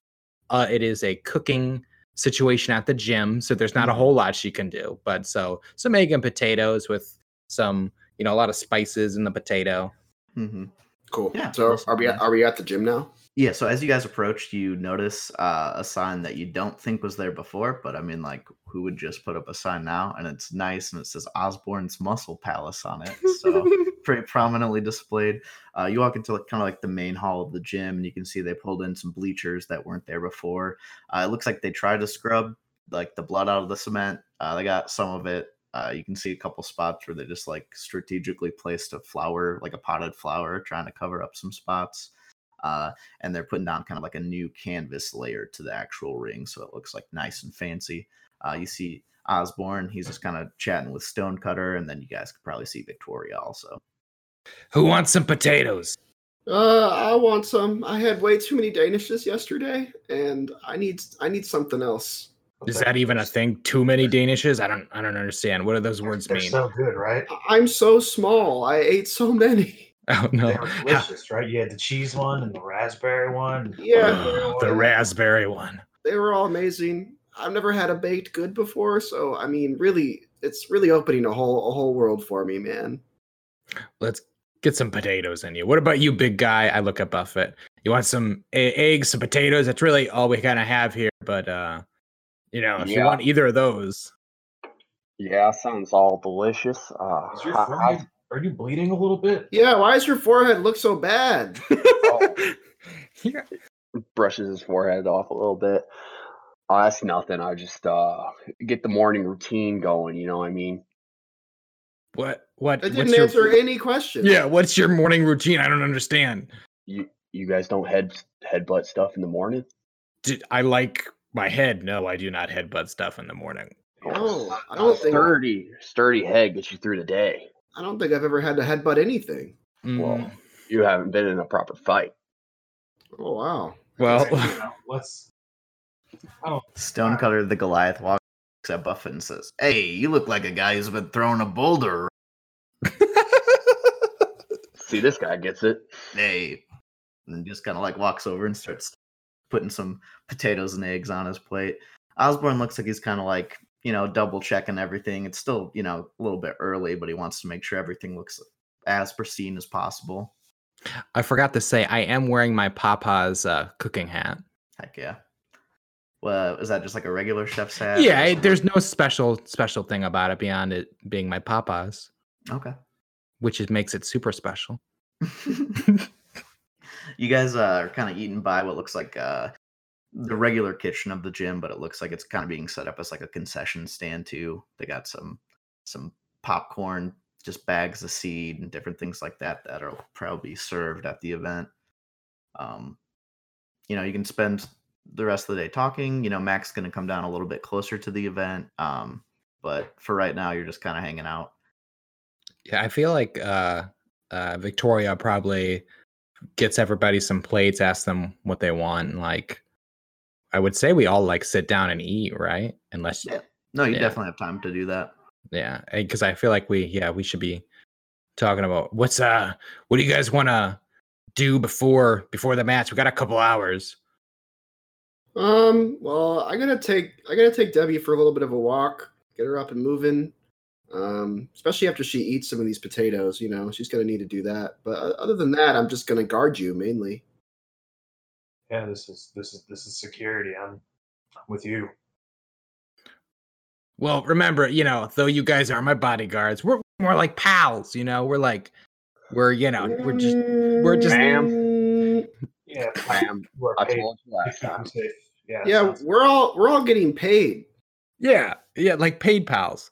S4: uh, it is a cooking situation at the gym. So there's not a whole lot she can do. But so some egg and potatoes with some you know a lot of spices in the potato.
S2: Mhm.
S1: Cool.
S2: Yeah,
S1: so
S2: that's
S1: are we
S2: fine.
S1: are we at the gym now?
S2: Yeah, so as you guys approach, you notice uh, a sign that you don't think was there before, but I mean, like, who would just put up a sign now? And it's nice, and it says Osborne's Muscle Palace on it, so pretty prominently displayed. Uh, you walk into like, kind of like the main hall of the gym, and you can see they pulled in some bleachers that weren't there before. Uh, it looks like they tried to scrub like the blood out of the cement. Uh, they got some of it. Uh, you can see a couple spots where they just like strategically placed a flower, like a potted flower, trying to cover up some spots. Uh, and they're putting down kind of like a new canvas layer to the actual ring so it looks like nice and fancy uh, you see osborne he's just kind of chatting with stonecutter and then you guys could probably see victoria also
S4: Who wants some potatoes?
S1: Uh, I want some. I had way too many Danishes yesterday, and I need I need something else.
S4: Is that even a thing? Too many Danishes? I don't I don't understand. What do those words
S5: they're
S4: mean?
S5: so good right
S1: I- I'm so small. I ate so many.
S4: oh no.
S5: they were delicious right you had the cheese one and the raspberry one
S1: Yeah, they
S4: Ugh,
S1: were
S4: the
S1: all-
S4: raspberry one.
S1: They were all amazing. I've never had a baked good before, so I mean, really, it's really opening a whole a whole world for me, man.
S4: Let's get some potatoes in you. What about you, big guy? I look at Buffett. You want some e- eggs, some potatoes? That's really all we kind of have here. But uh, you know, if you
S3: Yeah.
S4: want either of those,
S3: Yeah, sounds all delicious. Uh,
S5: is your
S3: I- I-
S5: forehead, are you bleeding a little bit
S1: Yeah, why does your forehead look so bad?
S4: Yeah.
S3: brushes his forehead off a little bit. Oh, that's nothing. I just uh, get the morning routine going. You know what I mean?
S4: what what?
S1: I didn't
S4: what's your-
S1: answer any questions.
S4: yeah, what's your morning routine? I don't understand.
S3: You you guys don't head headbutt stuff in the morning.
S4: Did, I like my head. No, I do not headbutt stuff in the morning.
S1: No, I don't think
S3: sturdy sturdy head gets you through the day.
S1: I don't think I've ever had to headbutt anything.
S4: Mm.
S3: Well, you haven't been in a proper fight.
S1: Oh wow.
S4: well
S5: You know, let's
S2: stonecutter the goliath walks at buffett and says hey you look like a guy who's been throwing a boulder
S3: See, this guy gets it.
S2: hey, and just kind of like walks over and starts putting some potatoes and eggs on his plate. Osborne looks like he's kind of like you know double checking everything. It's still you know a little bit early, but he wants to make sure everything looks as pristine as possible.
S4: I forgot to say I am wearing my papa's uh, cooking hat.
S2: Heck yeah. Well, is that just like a regular chef's hat? or
S4: Yeah, I-
S2: something?
S4: there's no special special thing about it beyond it being my papa's,
S2: okay.
S4: which is, makes it super special.
S2: you guys uh, are kind of eaten by what looks like uh, the regular kitchen of the gym, but it looks like it's kind of being set up as like a concession stand too. They got some some popcorn, just bags of seed and different things like that that are probably served at the event. Um, you know, you can spend the rest of the day talking. You know, Mac's going to come down a little bit closer to the event, um, but for right now, you're just kind of hanging out.
S4: Yeah, I feel like uh, uh, Victoria probably gets everybody some plates, asks them what they want, and like I would say we all like sit down and eat, right? Unless
S2: Yeah. No, you
S4: Yeah.
S2: definitely have time to do that.
S4: yeah, because I feel like we yeah we should be talking about what's uh what do you guys want to do before before the match? We got a couple hours.
S6: Um. Well, I gotta take I gotta take Debbie for a little bit of a walk, get her up and moving. Um, especially after she eats some of these potatoes, you know, she's gonna need to do that. But uh, other than that, I'm just gonna guard you mainly.
S5: Yeah, this is this is this is security. I'm I'm with you.
S4: Well, remember, you know, though you guys are my bodyguards, we're more like pals. You know, we're like we're you know we're just we're just
S6: Mm,
S5: Yeah,
S3: Bam.
S5: you are
S3: I
S5: paid.
S3: told you last
S5: I'm
S3: time.
S5: safe. Yeah,
S6: yeah,
S5: sounds-
S6: we're all we're all getting paid.
S4: yeah yeah like paid pals.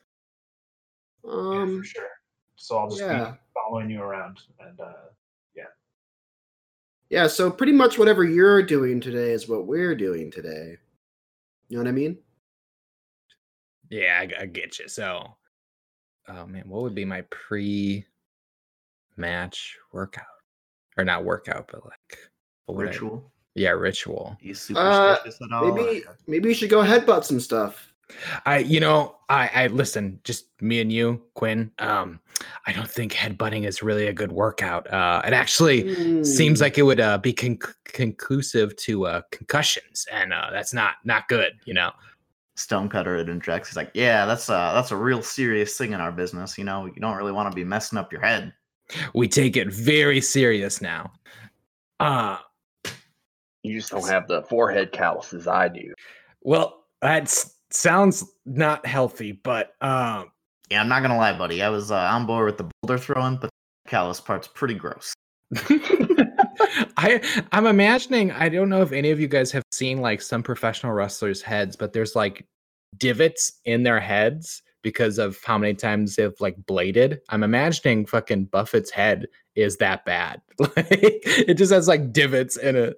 S5: yeah,
S6: Um.
S5: for sure. So I'll just
S6: Yeah.
S5: be following you around, and uh,
S6: Yeah. So pretty much whatever you're doing today is what we're doing today. You know what I mean?
S4: Yeah, I, g- I get you. So, oh man, what would be my pre-match workout, or not workout, but like what would I-
S2: Ritual.
S4: yeah, ritual.
S2: He's
S6: Uh,
S2: superstitious at
S5: Oh,
S2: all? or-
S6: Maybe maybe you should go headbutt some stuff.
S4: I, you know, I, I listen. Just me and you, Quinn. Um, I don't think headbutting is really a good workout. Uh, it actually seems
S6: Hmm.
S4: like it would uh, be conc conclusive to uh, concussions, and uh, that's not not good. You know.
S2: Stonecutter it injects. He's like, yeah, that's a that's a real serious thing in our business. You know, you don't really want to be messing up your head.
S4: We take it very serious now. Uh
S3: You just don't have the forehead calluses I do.
S4: Well, that s- sounds not healthy, but um,
S2: Yeah, I'm not gonna lie, buddy. I was uh, on board with the boulder throwing, but the callus part's pretty gross.
S4: I I'm imagining. I don't know if any of you guys have seen like some professional wrestlers' heads, but there's like divots in their heads because of how many times they've like bladed. I'm imagining fucking Buffett's head is that bad. Like it just has like divots in it.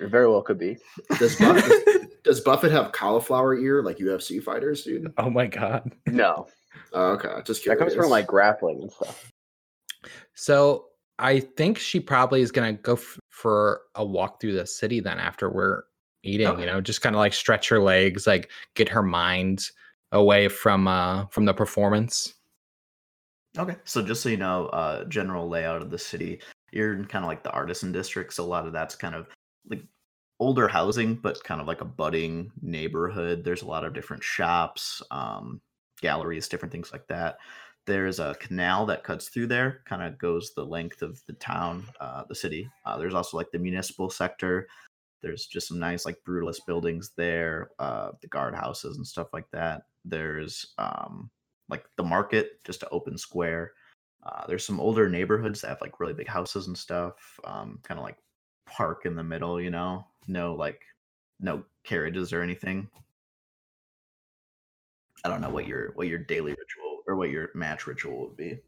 S3: It very well could be.
S6: Does Buffett, does Buffett have cauliflower ear like UFC fighters, dude?
S4: Oh my god.
S3: No.
S6: Oh, okay, just
S3: That
S6: curious.
S3: comes from like grappling and stuff.
S4: So I think she probably is gonna go f- for a walk through the city then after we're eating.
S2: Okay.
S4: You know, just kind of like stretch her legs, like get her mind away from uh from the performance.
S2: Okay. So just so you know, uh, general layout of the city, you're in kind of like the artisan district. So a lot of that's kind of like older housing, but kind of like a budding neighborhood. There's a lot of different shops, um, galleries, different things like that. There's a canal that cuts through there, kind of goes the length of the town, uh, the city. Uh, there's also like the municipal sector. There's just some nice like brutalist buildings there, uh, the guardhouses and stuff like that. There's um, like the market, just an open square. Uh, there's some older neighborhoods that have like really big houses and stuff, um, kind of like park in the middle, you know, no like no carriages or anything. I don't know what your what your daily ritual or what your match ritual would be.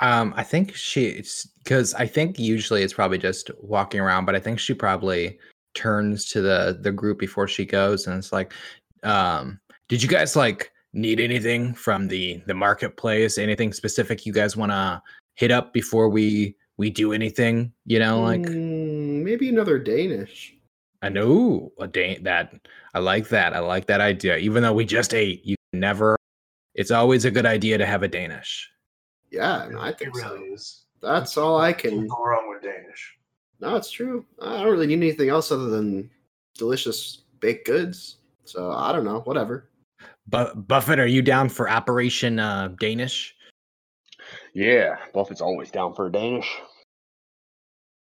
S4: Um, I think she because I think usually it's probably just walking around, but I think she probably turns to the the group before she goes and it's like, um, did you guys like need anything from the the marketplace? Anything specific you guys want to hit up before we we do anything? You know, like
S1: Hmm,
S6: Mm, maybe another Danish.
S4: I know a day that I like that I like that idea. Even though we just ate, you never. It's always a good idea to have a Danish.
S6: Yeah, I think
S5: it really
S6: so.
S5: is.
S1: That's all I can.
S5: go wrong with Danish.
S1: No, it's true. I don't really need anything else other than delicious baked goods. So I don't know. Whatever.
S4: Bu- Buffett, are you down for Operation uh, Danish?
S3: Yeah, Buffett's always down for a Danish.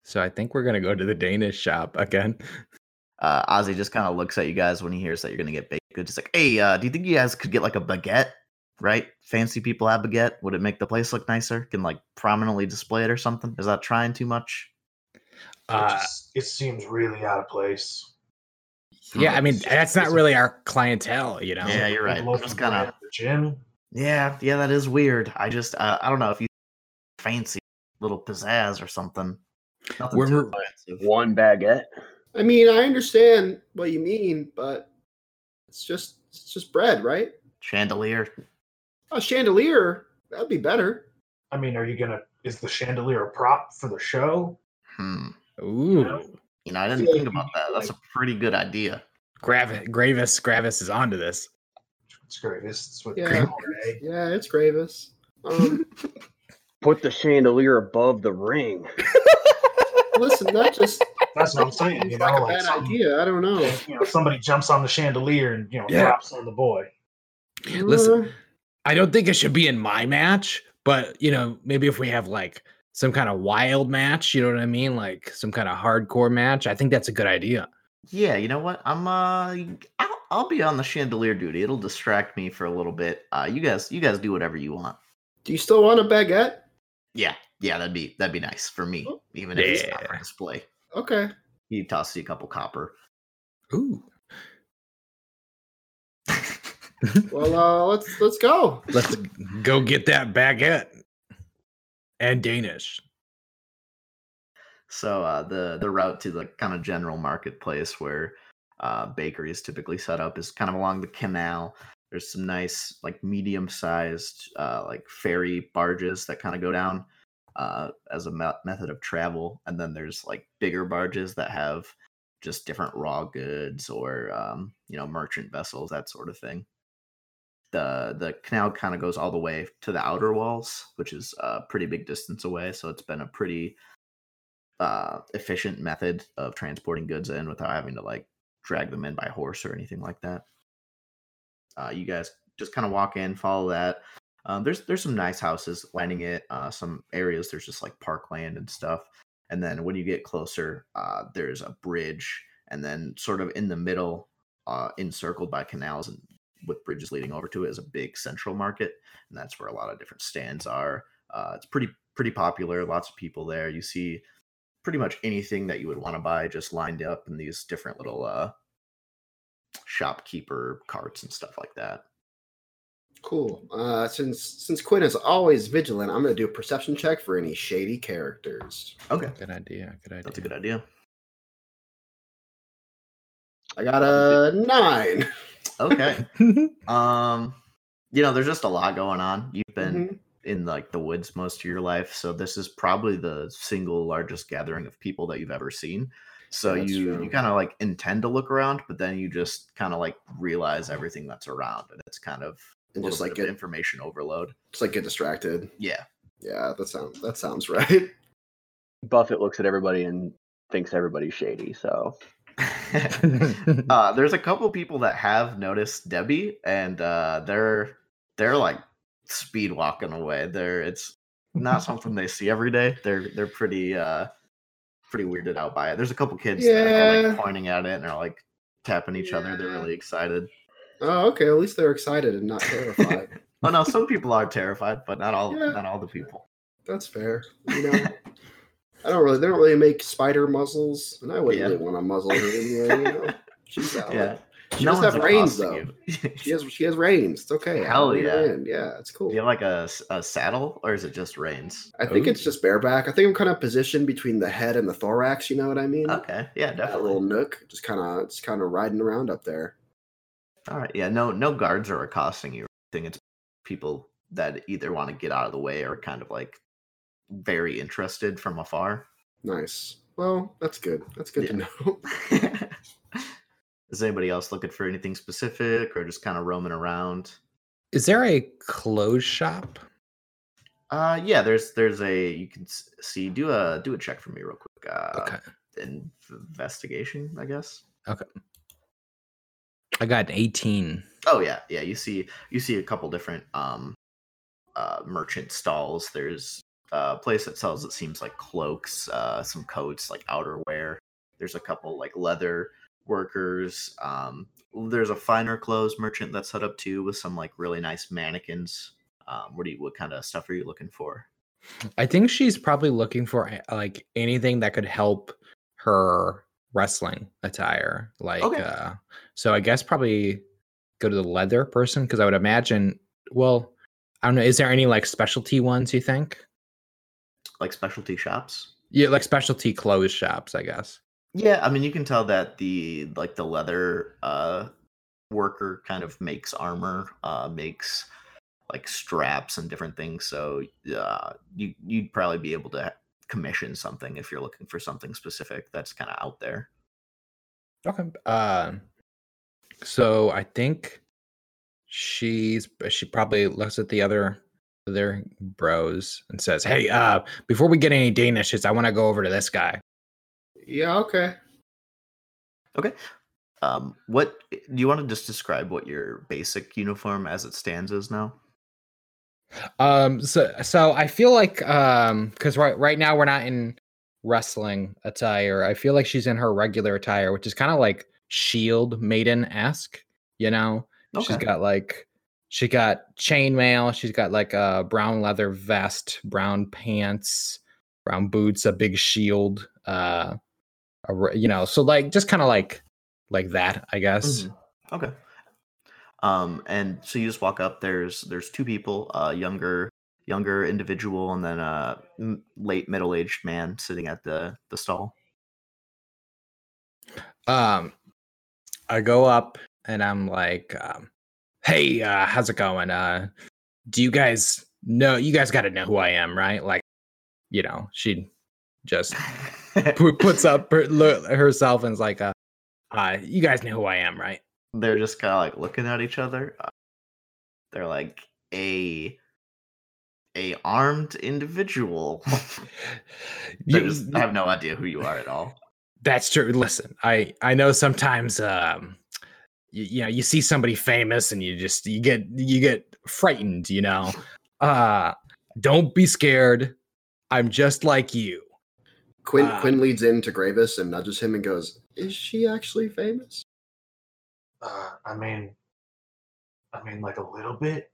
S4: So I think we're gonna go to the Danish shop again.
S2: Uh, Ozzy just kind of looks at you guys when he hears that you're gonna get baked goods. He's like, "Hey, uh, do you think you guys could get like a baguette? Right? Fancy people have baguette. Would it make the place look nicer? Can like prominently display it or something? Is that trying too much?"
S5: it,
S4: Uh,
S5: just, it seems really out of place.
S4: yeah, I mean that's not really our clientele, you know.
S2: Yeah, you're right.
S5: People
S2: I'm
S5: open
S2: just kind
S5: brand
S2: of
S5: at the gym.
S2: yeah, yeah. That is weird. I just uh, I don't know if you fancy little pizzazz or something. Nothing
S4: We're-
S2: too
S4: we're-
S2: expensive.
S3: One baguette.
S1: I mean, I understand what you mean, but it's just it's just bread, right?
S2: chandelier.
S1: A chandelier that'd be better.
S5: I mean, are you gonna? Is the chandelier a prop for the show?
S2: Hmm.
S4: Ooh,
S2: You know, I didn't
S1: Yeah,
S2: think
S1: you
S2: about that. That's a pretty good idea.
S4: Gravis, Gravis, Gravis is onto this.
S5: It's great. This is what
S1: Yeah. Yeah, it's Gravis. Um,
S3: Put the chandelier above the ring.
S1: listen, that just
S5: eh? That's what I'm saying. You
S1: it's
S5: know,
S1: like a
S5: like
S1: bad
S5: something-
S1: idea. I don't know.
S5: you know, somebody jumps on the chandelier and you know
S4: Yeah.
S5: drops on the boy.
S4: Listen,
S1: Uh,
S4: I don't think it should be in my match, but you know, maybe if we have like some kind of wild match, you know what I mean, like some kind of hardcore match, I think that's a good idea.
S2: Yeah, you know what? I'm uh, I'll, I'll be on the chandelier duty. It'll distract me for a little bit. Uh, you guys, you guys do whatever you want.
S1: do you still want a baguette?
S2: Yeah, yeah, that'd be that'd be nice for me,
S1: Oh,
S2: even if it's not for
S4: yeah.
S2: display.
S1: Okay.
S2: He tosses you a couple copper.
S4: Ooh,
S1: Well, uh, let's let's go.
S4: let's go get that baguette and Danish.
S2: So uh, the the route to the kind of general marketplace where uh, bakeries typically set up is kind of along the canal. There's some nice like medium sized uh, like ferry barges that kind of go down uh, as a me- method of travel, and then there's like bigger barges that have just different raw goods or um, you know merchant vessels that sort of thing. The the canal kind of goes all the way to the outer walls, which is a pretty big distance away. So it's been a pretty uh, efficient method of transporting goods in without having to like drag them in by horse or anything like that. Uh, you guys just kind of walk in, follow that. Um, there's there's some nice houses lining it. Uh, some areas there's just like parkland and stuff. And then when you get closer, uh, there's a bridge, and then sort of in the middle, uh, encircled by canals and with bridges leading over to it, is a big central market, and that's where a lot of different stands are. Uh, it's pretty pretty popular. Lots of people there. You see pretty much anything that you would want to buy just lined up in these different little uh shopkeeper carts and stuff like that.
S1: Cool. Uh, since since Quinn is always vigilant, I'm gonna do a perception check for any shady characters.
S2: Okay.
S4: Good idea. Good idea.
S2: That's a good idea.
S1: I got a nine.
S2: Okay. um you know, there's just a lot going on. You've been
S1: Mhm.
S2: in like the woods most of your life, so this is probably the single largest gathering of people that you've ever seen. So
S1: That's
S2: you
S1: true.
S2: you kind of like intend to look around, but then you just kind of like realize everything that's around and it's kind of a
S1: And
S2: little
S1: just like
S2: bit of
S1: get
S2: information overload.
S1: just like get distracted.
S2: Yeah.
S1: Yeah, that sounds that sounds right.
S3: Buffett looks at everybody and thinks everybody's shady. So
S2: uh, there's a couple people that have noticed Debbie, and uh, they're they're like speed walking away. They're it's not something they see every day. They're they're pretty uh, pretty weirded out by it. There's a couple kids that are like
S1: Yeah.
S2: pointing at it and are like tapping each other. They're
S1: Yeah.
S2: really excited.
S1: Oh, okay. At least they're excited and not terrified.
S2: Oh no, some people are terrified, but not all
S1: Yeah.
S2: not all the people.
S1: That's fair. You know, I don't really. They don't really make spider muzzles, and I wouldn't
S2: Yeah.
S1: really want to muzzle her anyway. You know, she's out.
S2: Yeah.
S1: She
S2: No
S1: does have
S2: one's
S1: reins though.
S2: accosting you.
S1: She has she has reins. It's okay. I
S2: Hell
S1: lean her
S2: yeah.
S1: in. Yeah, it's cool.
S2: Do you have like a, s- a saddle or is it just reins?
S1: I
S3: Oh.
S1: think it's just bareback. I think I'm kind of positioned between the head and the thorax. You know what I mean?
S2: Okay, yeah,
S1: That
S2: definitely.
S1: little nook, just kind of, just kind of riding around up there.
S2: All right. Yeah. No. No guards are accosting you. or anything. it's people that either want to get out of the way or kind of like very interested from afar.
S1: Nice. Well, that's good. That's good to know.
S2: Is anybody else looking for anything specific or just kind of roaming around?
S4: Is there a clothes shop?
S2: Uh, yeah. There's there's a you can s- see. Do a do a check for me real quick. Uh,
S4: Okay.
S2: Investigation, I guess.
S4: I got an 18.
S2: Oh yeah, yeah. You see, you see a couple different um, uh, merchant stalls. There's a place that sells it seems like cloaks, uh, some coats, like outerwear. There's a couple like leather workers. Um, there's a finer clothes merchant that's set up too with some like really nice mannequins. Um, what do you? What kind of stuff are you looking for?
S4: I think she's probably looking for uh, like anything that could help her wrestling attire. Like,
S2: Okay.
S4: uh, so I guess probably go to the leather person because I would imagine. Well, I don't know. Is there any like specialty ones you think?
S2: Like specialty shops?
S4: Yeah, like specialty clothes shops, I guess.
S2: Yeah, I mean you can tell that the like the leather uh worker kind of makes armor, uh makes like straps and different things. So uh you you'd probably be able to commission something if you're looking for something specific that's kind of out there.
S4: Okay. Um. so I think she's uh, she probably looks at the other their bros and says, "Hey, uh, before we get any Danishes, I want to go over to this guy."
S6: Yeah, okay.
S2: Um what do you want to just describe what your basic uniform as it stands is now?
S4: Um so so I feel like um cuz right right now we're not in wrestling attire. I feel like she's in her regular attire, which is kind of like shield maiden-esque, you know. She's got like she got chainmail, she's got like a brown leather vest, brown pants, brown boots, a big shield, uh a, re- you know, so like just kind of like like that, I guess.
S2: Mhm. Okay. Um, and so you just walk up. There's there's two people, a younger younger individual, and then a m- late middle aged man sitting at the the stall.
S4: um i go up and i'm like um, hey uh how's it going uh do you guys know you guys got to know who i am right like you know she just pu- puts up her, lo- herself and's like uh, uh you guys know who i am right
S2: They're just kind of like looking at each other. Uh, They're like a a armed individual. they
S4: You-
S2: just have no idea who you are at all.
S4: That's true. Listen, I I know sometimes um you, you know you see somebody famous and you just you get you get frightened, you know. Uh don't be scared. I'm just like you.
S6: Quinn
S4: Uh,
S6: Quinn leads in to Gravis and nudges him and goes, "Is she actually famous?"
S5: Uh, I mean, I mean, like a little bit,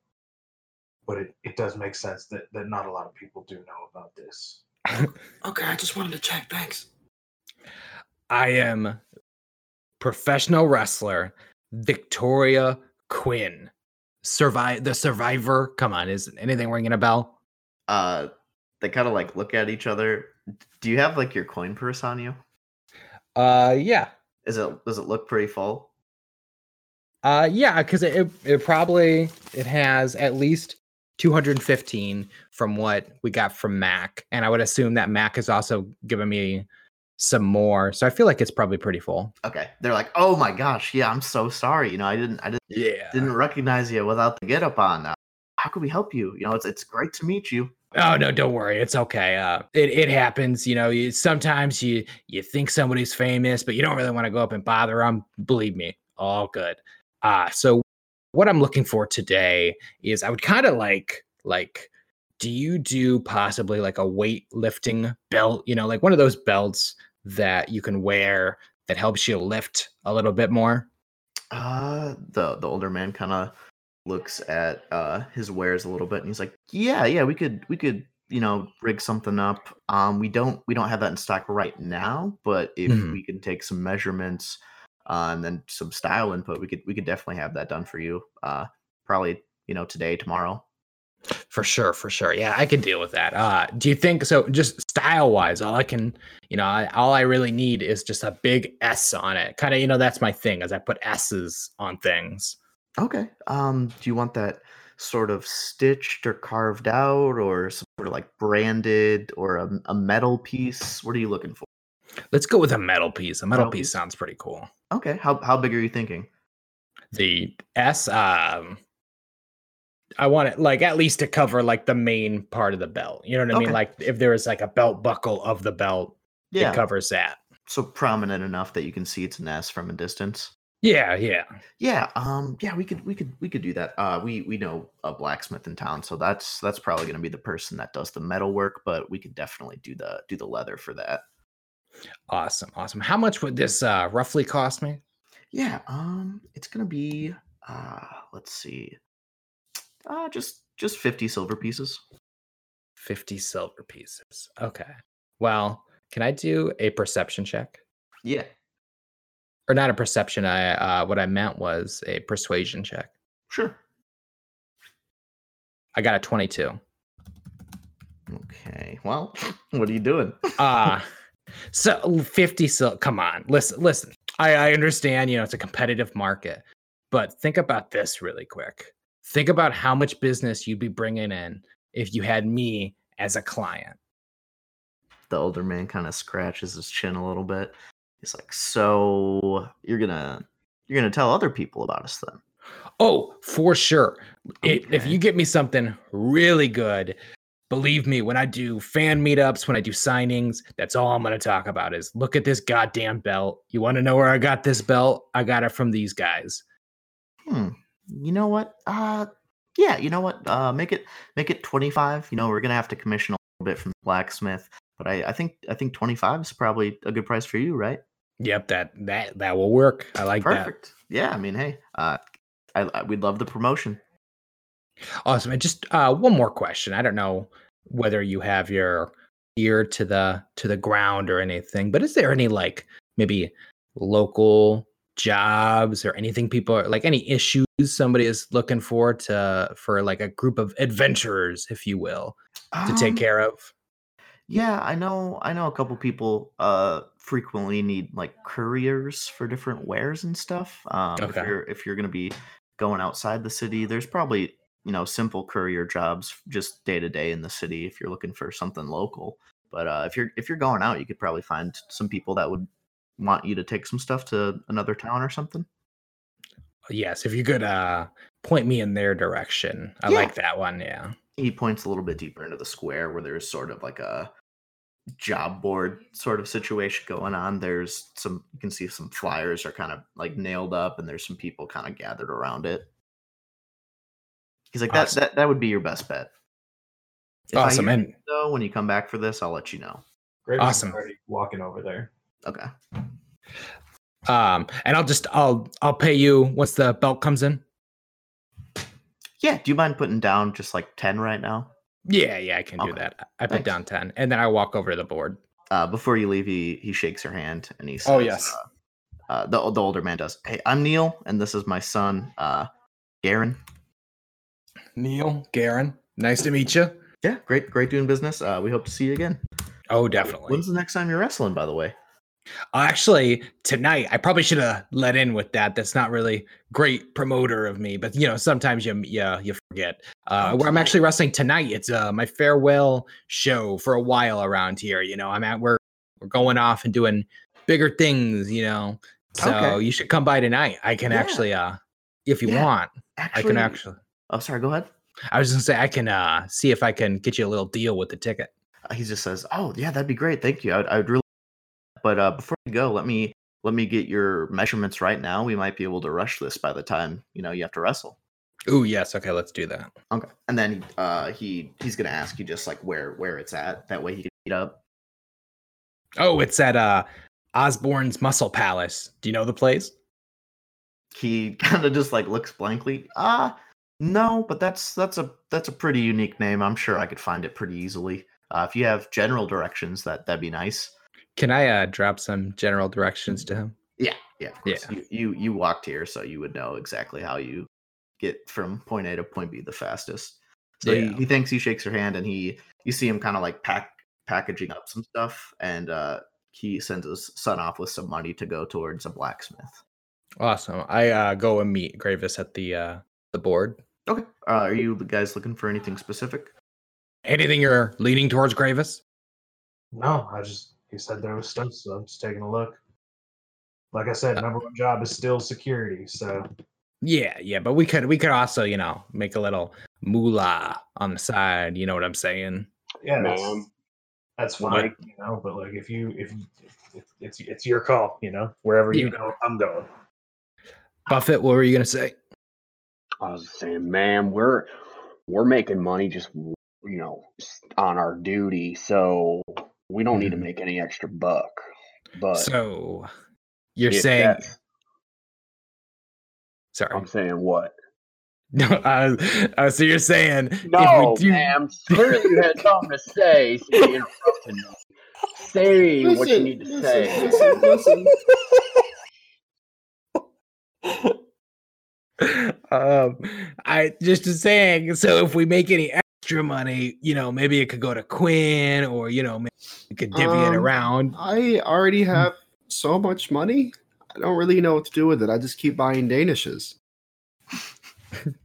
S5: but it, it does make sense that, that not a lot of people do know about this.
S6: Okay, I just wanted to check. Thanks.
S4: I am professional wrestler Victoria Quinn. Survive the survivor. Come on, is anything ringing a bell?
S2: Uh, they kind of like look at each other. Do you have like your coin purse on you?
S4: Uh yeah.
S2: Is it does it look pretty full?
S4: Uh, yeah, because it, it it probably it has at least 215 from what we got from Mac, and I would assume that Mac has also given me some more. So I feel like it's probably pretty full.
S2: okay they're like oh my gosh yeah i'm so sorry you know i didn't i didn't,
S4: Yeah.
S2: didn't recognize you without the get up on uh, how could we help you you know it's it's great to meet you
S4: Oh no, don't worry, it's okay. Uh, it it happens. You know, you, sometimes you you think somebody's famous, but you don't really want to go up and bother them. Believe me, all good. Uh, so what I'm looking for today is I would kind of like like do you do possibly like a weightlifting belt? You know, like one of those belts that you can wear that helps you lift a little bit more.
S2: uh the the older man kind of looks at uh his wares a little bit and he's like yeah yeah we could we could you know rig something up um we don't we don't have that in stock right now but if
S4: Mhm.
S2: we can take some measurements uh, and then some style input we could we could definitely have that done for you uh probably you know today tomorrow
S4: For sure, for sure. Yeah, I can deal with that. Uh, do you think so? Just style wise, all I can, you know, I, all I really need is just a big S on it. Kind of, you know, that's my thing, is I put S's on things.
S2: Okay. Um, do you want that sort of stitched or carved out or some sort of like branded or a, a metal piece? What are you looking for?
S4: Let's go with a metal piece. A metal
S2: Metal
S4: piece
S2: piece.
S4: sounds pretty cool.
S2: Okay. How how big are you thinking?
S4: The S, um, I want it like at least to cover like the main part of the belt. You know what I mean?
S2: Okay.
S4: Like if there is like a belt buckle of the belt, it covers that.
S2: so prominent enough that you can see its nest from a distance.
S4: Yeah, yeah.
S2: Yeah, um, yeah, we could, we could, we could do that. Uh, we we know a blacksmith in town, so that's that's probably going to be the person that does the metal work. But we could definitely do the do the leather for that.
S4: Awesome, awesome. How much would this uh roughly cost me?
S2: Yeah, um, it's going to be, uh, let's see, uh, just just fifty silver pieces.
S4: 50 silver pieces. Okay. Well, can I do a perception check?
S2: Yeah,
S4: Or not a perception, I uh what I meant was a persuasion check.
S2: sure.
S4: I got a 22.
S2: Okay, well, what are you doing?
S4: Uh so 50 sil come on. Listen, listen. I I understand, you know, it's a competitive market. But think about this really quick. Think about how much business you'd be bringing in if you had me as a client.
S2: the older man kind of scratches his chin a little bit. He's like, "So you're gonna you're gonna tell other people about us then?"
S4: Oh, for sure. It, If
S2: Okay.
S4: you get me something really good, believe me, when I do fan meetups, when I do signings, that's all I'm going to talk about is look at this goddamn belt. You want to know where I got this belt? I got it from these guys.
S2: Hmm. You know what? Uh, yeah. You know what? Uh, make it make it twenty five. You know, we're gonna have to commission a little bit from the blacksmith, but I, I think I think twenty five is probably a good price for you, right?
S4: Yep, that that that will work. I like
S2: Perfect. Yeah. I mean, hey, uh, I, I we'd love the promotion.
S4: that. Awesome. And just uh, one more question. I don't know whether you have your ear to the to the ground or anything, but is there any like maybe local jobs or anything people are like any issues somebody is looking for to for like a group of adventurers, if you will, to take
S2: Um,
S4: care of?
S2: Yeah, I know. I know a couple people uh frequently need like couriers for different wares and stuff. Um,
S4: Okay.
S2: If you're if you're gonna be going outside the city, there's probably you know simple courier jobs just day to day in the city if you're looking for something local. But uh, if you're if you're going out, you could probably find some people that would want you to take some stuff to another town or something.
S4: Yes, if you could uh point me in their direction. I
S2: Yeah.
S4: like that one, yeah.
S2: He points a little bit deeper into the square where there's sort of like a job board sort of situation going on. There's some you can see some flyers are kind of like nailed up and there's some people kind of gathered around it. He's like that
S4: Awesome.
S2: that that would be your best bet. If I
S4: awesome.
S2: hear
S4: And
S2: so when you come back for this, I'll let you know.
S5: Graves is
S4: Awesome.
S5: already walking over there.
S2: Okay.
S4: um and I'll just I'll I'll pay you once the belt comes in.
S2: Yeah, do you mind putting down just like 10 right now?
S4: Yeah, yeah, I can do
S2: Okay.
S4: that. I put
S2: Thanks.
S4: down 10 and then I walk over to the board.
S2: Uh, before you leave, he he shakes your hand and he says,
S4: Oh, yes.
S2: uh, uh, the the older man does. Hey, I'm Neil, and this is my son, uh, Garen.
S4: Neil, Garen, nice to meet you.
S2: Yeah, great, great doing business. Uh, we hope to see you again.
S4: Oh, definitely.
S2: When's the next time you're wrestling, by the way?
S4: Actually, tonight I probably should have let in with that. That's not really great promoter of me, but you know, sometimes you yeah, you forget. Uh
S2: Oh,
S4: where I'm
S2: tonight.
S4: actually wrestling tonight. It's uh my farewell show for a while around here, you know. I'm at we're we're going off and doing bigger things, you know. So
S2: Okay.
S4: you should come by tonight. I can
S2: Yeah.
S4: actually uh if you
S2: Yeah.
S4: want, I
S2: Actually,
S4: can actually
S2: Oh, sorry. Go ahead.
S4: I was gonna say I can uh see if I can get you a little deal with the ticket.
S2: Uh, He just says, "Oh, yeah, that'd be great. Thank you. I'd, I'd really." But uh, before you go, let me let me get your measurements right now. We might be able to rush this by the time you know you have to wrestle.
S4: Oh yes, okay, let's do that.
S2: Okay. And then uh, he he's gonna ask you just like where where it's at. That way he can meet up.
S4: Oh, it's at uh Osborne's Muscle Palace. Do you know the place?
S2: He kind of just like looks blankly. Ah, no, but that's that's a that's a pretty unique name. I'm sure I could find it pretty easily. Uh, if you have general directions, that that'd be nice.
S4: Can I uh drop some general directions to him?
S2: Yeah, yeah, of course.
S4: Yeah.
S2: You, you you walked here, so you would know exactly how you get from point A to point B the fastest. So
S4: Yeah.
S2: he, he thinks he shakes your hand, and he you see him kind of like pack packaging up some stuff, and uh, he sends his son off with some money to go towards a blacksmith.
S4: Awesome. I uh go and meet Gravis at the uh the board.
S2: Okay, uh, are you guys looking for anything specific?
S4: Anything you're leaning towards, Gravis?
S5: No, I just he said there was stuff, so I'm just taking a look. Like I said,
S4: Uh,
S5: number one job is still security. So
S4: Yeah, yeah, but we could we could also, you know, make a little moolah on the side. You know what I'm saying?
S5: Yeah, that's,
S3: Ma'am.
S5: Um, that's
S4: Well,
S5: fine, you know. But like, if you if if- it's it's your call, you know. Wherever you
S4: Yeah.
S5: go, I'm going.
S4: Buffett, what were you gonna say?
S3: I was saying, man, we're we're making money just w- you know s- on our duty, so we don't need to
S4: Mhm.
S3: make any extra buck. But
S4: So you're
S3: if
S4: saying
S3: that's-
S4: sorry.
S3: I'm saying what?
S4: No, uh, uh, so you're saying if we
S3: No,
S4: do-
S3: ma'am. Clearly, you had something to say. So you interrupted me. Say what you
S1: Listen,
S3: need to
S1: listen,
S3: say.
S1: listen, listen.
S4: um, I just was saying. So if we make any extra money, you know, maybe it could go to Quinn, or you know, maybe we could divvy it
S1: Um,
S4: around.
S1: I already have so much money. I don't really know what to do with it. I just keep buying Danishes.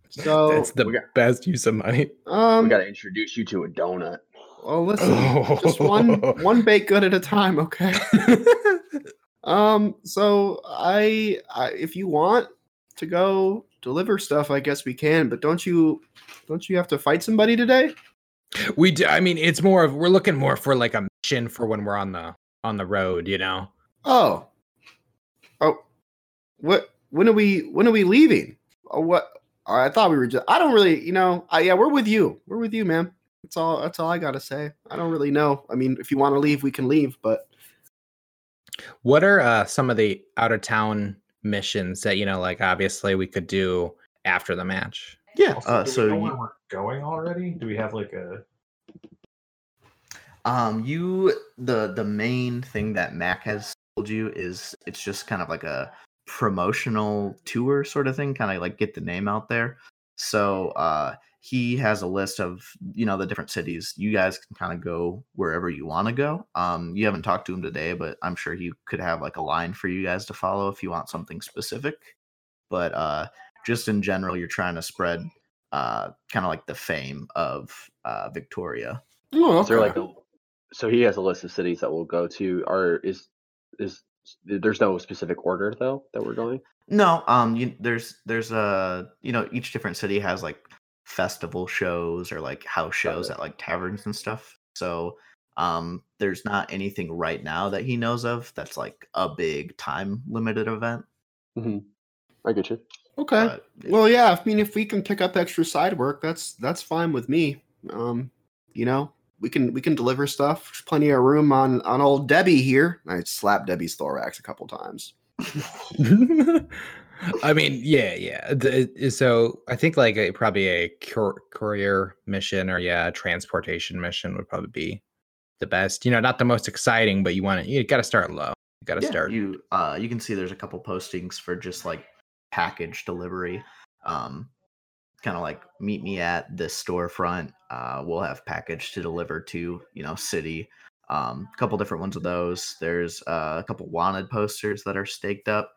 S1: So,
S4: That's the
S3: we got-
S4: best use of money.
S3: We
S1: um,
S3: got to introduce you to a donut.
S1: well, listen,
S6: Oh.
S1: just one one baked good at a time, okay? Um, so I, I, if you want to go deliver stuff, I guess we can. But don't you, don't you have to fight somebody today?
S4: we do. I mean, it's more of we're looking more for like a mission for when we're on the on the road. You know.
S1: Oh, oh, what? When are we? When are we leaving? Oh, what? Oh, I thought we were just. I don't really, you know. I, yeah, we're with you. We're with you, man. That's all. That's all I gotta say. I don't really know. I mean, if you want to leave, we can leave. But
S4: What are uh, some of the out of town missions that you know, like obviously we could do after the match?
S2: Yeah.
S5: Also,
S2: Uh,
S5: do we
S2: so
S5: know where
S2: you,
S5: we're going already? Do we have like a
S2: um, you the the main thing that Mac has told you is it's just kind of like a promotional tour sort of thing, kind of like get the name out there. So uh, he has a list of you know the different cities. You guys can kind of go wherever you want to go. Um, you haven't talked to him today, but I'm sure he could have like a line for you guys to follow if you want something specific. But uh, just in general, you're trying to spread uh, kind of like the fame of uh, Victoria.
S1: oh,
S3: Is there like a, so he has a list of cities that we'll go to. Or is is there's no specific order though that we're going?
S2: No, um, you, there's there's a you know each different city has like festival shows or like house shows at like taverns and stuff. So um, there's not anything right now that he knows of that's like a big time limited event.
S3: I get you.
S1: okay.
S2: but it-
S1: Well, yeah. I mean, if we can pick up extra side work, that's that's fine with me. Um, you know, we can we can deliver stuff. There's plenty of room on on old Debbie here. I slapped Debbie's thorax a couple times.
S4: I mean, yeah, yeah. The- it- so I think like a, probably a cour- courier mission or yeah, a transportation mission would probably be the best. You know, not the most exciting, but you want to you got to start low. You got to
S2: yeah,
S4: start.
S2: you uh, you can see there's a couple postings for just like package delivery. Um, kind of like meet me at this storefront. Uh, we'll have package to deliver to you know city. Um, a couple different ones of those. There's uh, a couple wanted posters that are staked up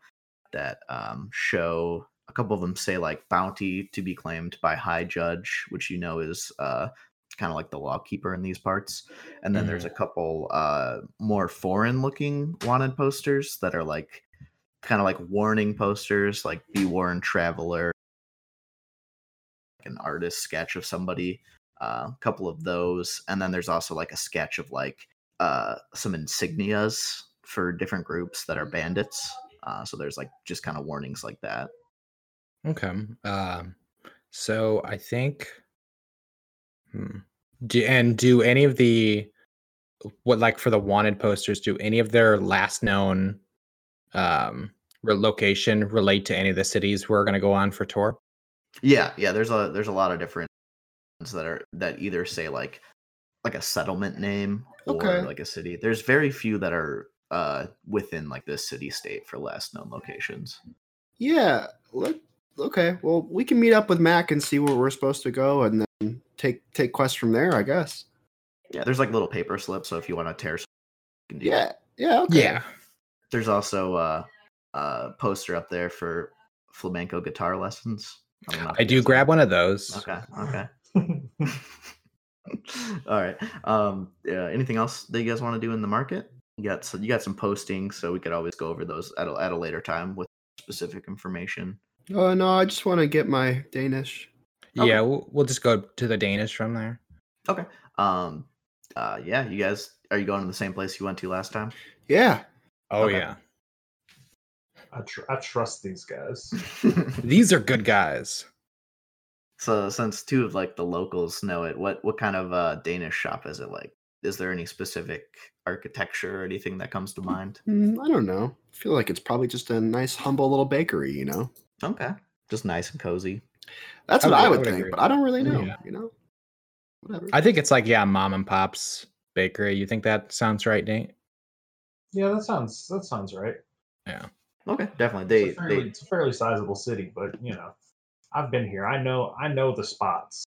S2: that um, show. A couple of them say like bounty to be claimed by high judge, which you know is uh, kind of like the law keeper in these parts. And then there's a couple uh, more foreign looking wanted posters that are like kind of like warning posters, like be warned traveler, an artist sketch of somebody, uh, a couple of those. And then there's also like a sketch of like uh, some insignias for different groups that are bandits. Uh, so there's like just kind of warnings like that.
S4: Okay. Um, so I think. Hmm. Do, and do any of the what like for the wanted posters? Do any of their last known um re- location relate to any of the cities we're going to go on for tour?
S2: Yeah, yeah. There's a there's a lot of different ones that are that either say like like a settlement name or
S1: Okay.
S2: like a city. There's very few that are uh within like the city state for last known locations.
S1: Yeah. Let, okay. Well, we can meet up with Mac and see where we're supposed to go, and then take take quests from there. I guess.
S2: Yeah, there's like little paper slips, so if you want to tear, some, you can do that.
S1: Yeah. Yeah. Okay.
S4: Yeah.
S2: There's also uh, a poster up there for flamenco guitar lessons. I, don't know if
S4: I
S2: you
S4: do
S2: guys know.
S4: grab one of those.
S2: Okay. Okay. All right. Um. Yeah. Anything else that you guys want to do in the market? You got so you got some postings, so we could always go over those at a, at a
S1: uh,
S2: later time with specific information.
S1: Oh no, I just want to get my Danish.
S4: Yeah, we'll, we'll just go to the Danish from there.
S2: Okay. Um. Uh. Yeah. You guys, are you going to the same place you went to last time?
S1: Yeah.
S4: Oh
S2: Okay.
S4: yeah,
S5: I, tr- I trust these guys.
S4: these are good guys.
S2: so since two of like the locals know it, what what kind of uh Danish shop is it like? Is there any specific architecture or anything that comes
S5: Hmm.
S2: to mind?
S1: Mm, I don't know. I feel like it's probably just a nice, humble little bakery, you know?
S2: Okay. Just nice and cozy.
S1: That's
S4: I
S1: what
S4: would-
S1: I
S4: I
S1: would
S4: would
S1: think,
S4: agree.
S1: but I don't really know,
S4: Yeah.
S1: you know? Whatever.
S4: I think it's like yeah, mom and pops bakery. You think that sounds right, Nate?
S5: Yeah, that sounds that sounds right.
S2: Okay. Definitely.
S5: It's a
S2: They
S5: fairly-
S2: they
S5: it's a fairly sizable city, but you know, I've been here. I know I know the spots.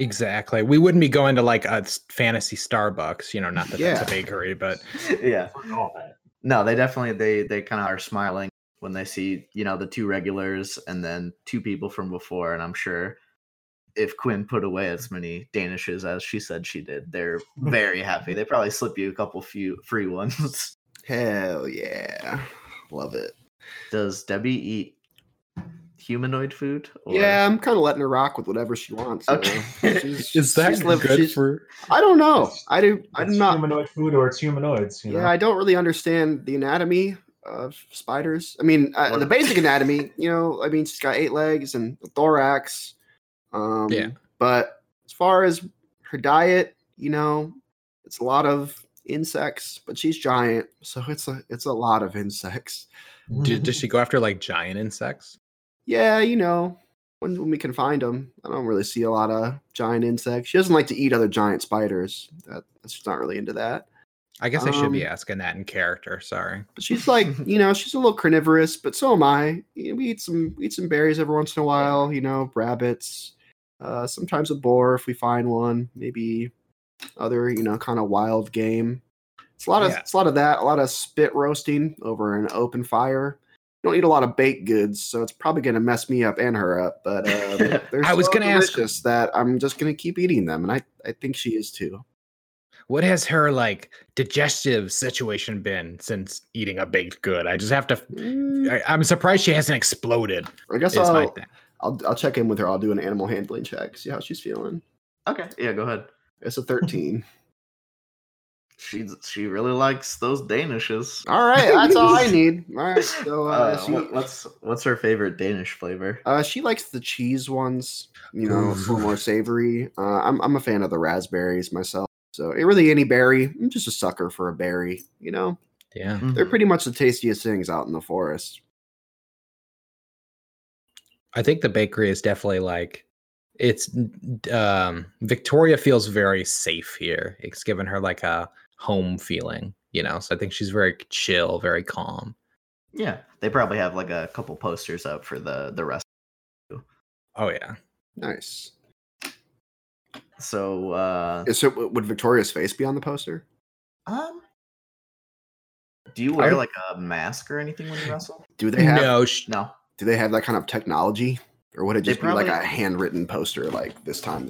S4: Exactly. We wouldn't be going to like a s- fantasy Starbucks, you know, not that that's a
S1: Yeah.
S4: bakery, but
S2: yeah.
S5: Fuck all that.
S2: No, they definitely they they kind of are smiling when they see you know the two regulars and then two people from before, and I'm sure if Quinn put away
S1: Mm.
S2: as many Danishes as she said she did, they're very happy. They probably slip you a couple few free ones.
S1: Hell yeah. Love it.
S2: Does Debbie eat humanoid food? or-
S1: Yeah, I'm kind of letting her rock with whatever she wants. you
S2: Okay.
S1: know? She's-
S7: Is that
S1: she's lived-
S7: good
S1: she's-
S7: for?
S1: I don't know. I do. I'm
S5: It's
S1: not.
S5: humanoid food or it's humanoids. You
S1: Yeah,
S5: know?
S1: I don't really understand the anatomy of spiders. I mean, uh,
S2: What-
S1: the basic anatomy. You know, I mean, she's got eight legs and a thorax. Um,
S4: Yeah.
S1: But as far as her diet, you know, it's a lot of insects. But she's giant, so it's a it's a lot of insects.
S4: do, does she go after like giant insects?
S1: Yeah, you know, when when we can find them, I don't really see a lot of giant insects. She doesn't like to eat other giant spiders. That she's not really into that.
S4: I guess I should be
S1: Um,
S4: asking that in character. Sorry.
S1: But she's like, you know, she's a little carnivorous, but so am I. You know, We eat some we eat some berries every once in a while, you know, rabbits, uh, sometimes a boar if we find one, maybe other, you know, kind of wild game. It's a lot of
S4: Yeah.
S1: it's a lot of that, a lot of spit roasting over an open fire. You don't eat a lot of baked goods, so it's probably going to mess me up and her up. But uh, they're
S4: I was
S1: so
S4: gonna ask-
S1: delicious that I'm just going to keep eating them, and I, I think she is too.
S4: What has her like digestive situation been since eating a baked good? I just have to. I, I'm surprised she hasn't exploded.
S1: I guess
S4: Is my
S1: I'll,
S4: thing.
S1: I'll I'll check in with her. I'll do an animal handling check, see how she's feeling.
S2: Okay. Yeah. Go ahead.
S1: It's a 13.
S2: She she really likes those Danishes.
S1: all right, that's all I need. All right, so uh,
S2: Uh,
S1: she,
S2: what- what's what's her favorite Danish flavor?
S1: uh, she likes the cheese ones, you know, it's a little
S4: Ooh.
S1: more savory. Uh, I'm, I'm a fan of the raspberries myself. So, eh, really, any berry. I'm just a sucker for a berry, you know?
S4: Yeah.
S1: They're
S2: Mhm.
S1: pretty much the tastiest things out in the forest.
S4: I think the bakery is definitely like it's um Victoria feels very safe here. It's given her like a home feeling, you know. So I think she's very chill, very calm.
S2: Yeah, they probably have like a couple posters up for the the rest.
S4: Oh yeah.
S1: Nice.
S2: So, uh,
S1: Eh, So, w- would Victoria's face be on the poster?
S2: um, do you wear
S4: would-
S2: like a mask or anything when you wrestle?
S1: Do they have
S4: no, sh
S2: No.
S1: do they have that kind of technology? Or would it
S2: They
S1: just be like a
S2: probably-
S1: handwritten poster like this time?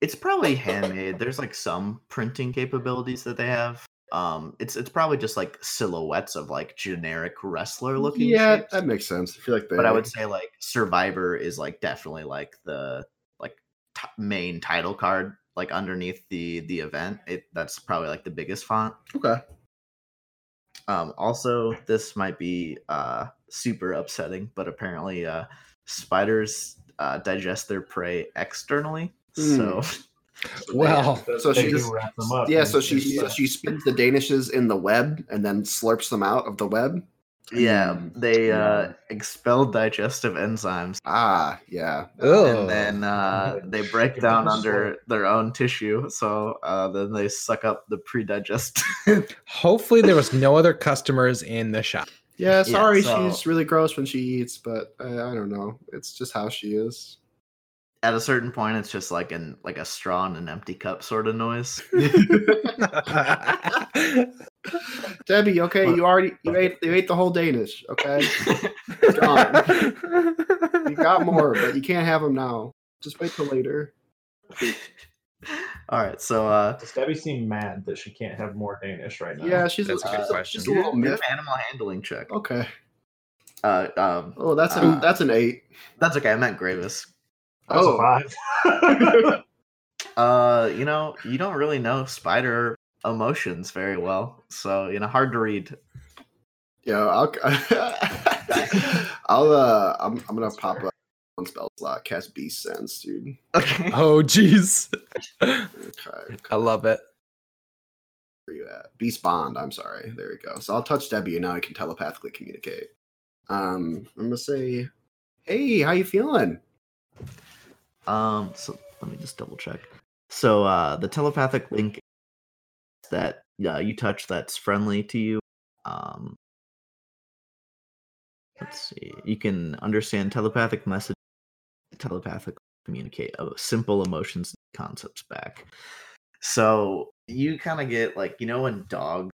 S2: It's probably handmade. There's like some printing capabilities that they have. Um, it's it's probably just like silhouettes of like generic wrestler looking.
S1: Yeah,
S2: shapes.
S1: that makes sense. I feel like they
S2: but I would say like Survivor is like definitely like the like t- main title card like underneath the the event. It that's probably like the biggest font.
S1: Okay.
S2: Um, also, this might be uh, super upsetting, but apparently, uh, spiders uh, digest their prey externally. So,
S4: well,
S1: So
S5: They
S1: she
S5: do
S1: just-
S5: wrap them up.
S1: Yeah,
S5: and
S1: so she
S5: it's,
S1: so
S5: uh,
S1: she spins the danishes in the web and then slurps them out of the web.
S2: yeah, they uh,
S1: Mm.
S2: expel digestive enzymes,
S1: Ah, yeah.
S4: oh,
S2: and then uh,
S1: oh,
S5: Yeah,
S2: they
S5: she
S2: break
S5: can
S2: down
S5: just
S2: under
S5: like-
S2: their own tissue. So uh, then they suck up the pre-digest.
S4: hopefully there was no other customers in the shop.
S1: Yeah, sorry
S2: so-
S1: she's really gross when she eats, but uh, I don't know. It's just how she is.
S2: At a certain point, it's just like an like a straw in an empty cup sort of noise.
S1: Debbie, okay,
S2: What-
S1: you already you ate you ate the whole Danish, okay? Gone. you got more, but you can't have them now. Just wait till later.
S2: All right, so uh,
S5: Does Debbie seem mad that she can't have more Danish right now?
S1: Yeah, she's
S4: That's a good
S1: she's
S4: question.
S1: She's a little
S2: do an
S1: miffed.
S2: animal handling check.
S1: Okay.
S2: Uh, um,
S1: Oh, that's an
S2: Uh,
S1: that's an eight.
S2: that's okay. I meant Gravis.
S5: That's
S1: Oh.
S5: a five.
S2: Uh, you know, you don't really know spider emotions very well, so you know, hard to read.
S1: Yeah, I'll I'll uh I'm I'm gonna pop up one spell slot, cast beast sense, dude.
S2: Okay.
S4: Oh, jeez.
S1: Okay,
S4: I love it.
S1: where you at? Beast bond, I'm sorry. There we go. So I'll touch Debbie and now I can telepathically communicate. Um I'm gonna say, Hey, how you feeling?
S2: Um, so let me just double check. So uh the telepathic link that uh, you touch that's friendly to you. Um let's see. You can understand telepathic message telepathic communicate uh, simple emotions and concepts back. So you kind of get like you know when dogs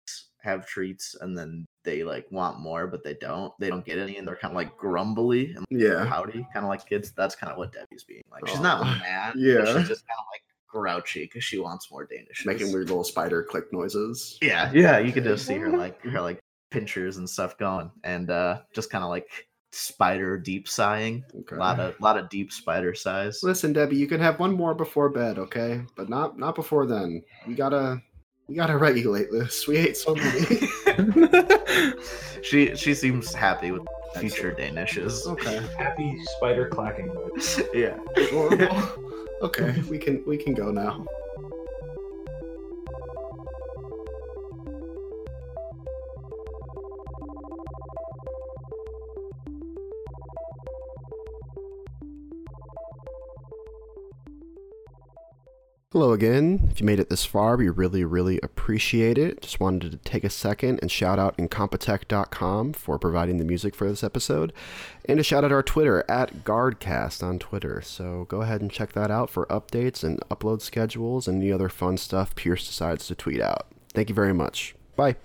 S2: have treats and then they like want more but they don't they don't get any and they're kind of like grumbly and
S1: Yeah.
S2: pouty, kind of like kids. That's kind of what Debbie's being like. She's
S1: Oh,
S2: not mad. but
S1: yeah.
S2: she's just kind of like grouchy because she wants more Danish.
S1: Making weird little spider click noises.
S2: Yeah, yeah. You could just see her like her like pinchers and stuff going, and uh just kind of like spider deep sighing.
S1: Okay.
S2: A lot of lot of deep spider sighs.
S1: Listen, Debbie, you can have one more before bed, okay? But not not before then. We gotta we gotta regulate this. We ate so many.
S2: she she seems happy with future Danishes.
S1: okay.
S5: Happy spider clacking noise.
S2: Yeah.
S1: Adorable. okay, we can we can go now. Hello again. If you made it this far, we really, really appreciate it. Just wanted to take a second and shout out Incompetech.com for providing the music for this episode. And to shout out our Twitter at GuardCast on Twitter. So go ahead and check that out for updates and upload schedules and any other fun stuff Pierce decides to tweet out. Thank you very much. Bye.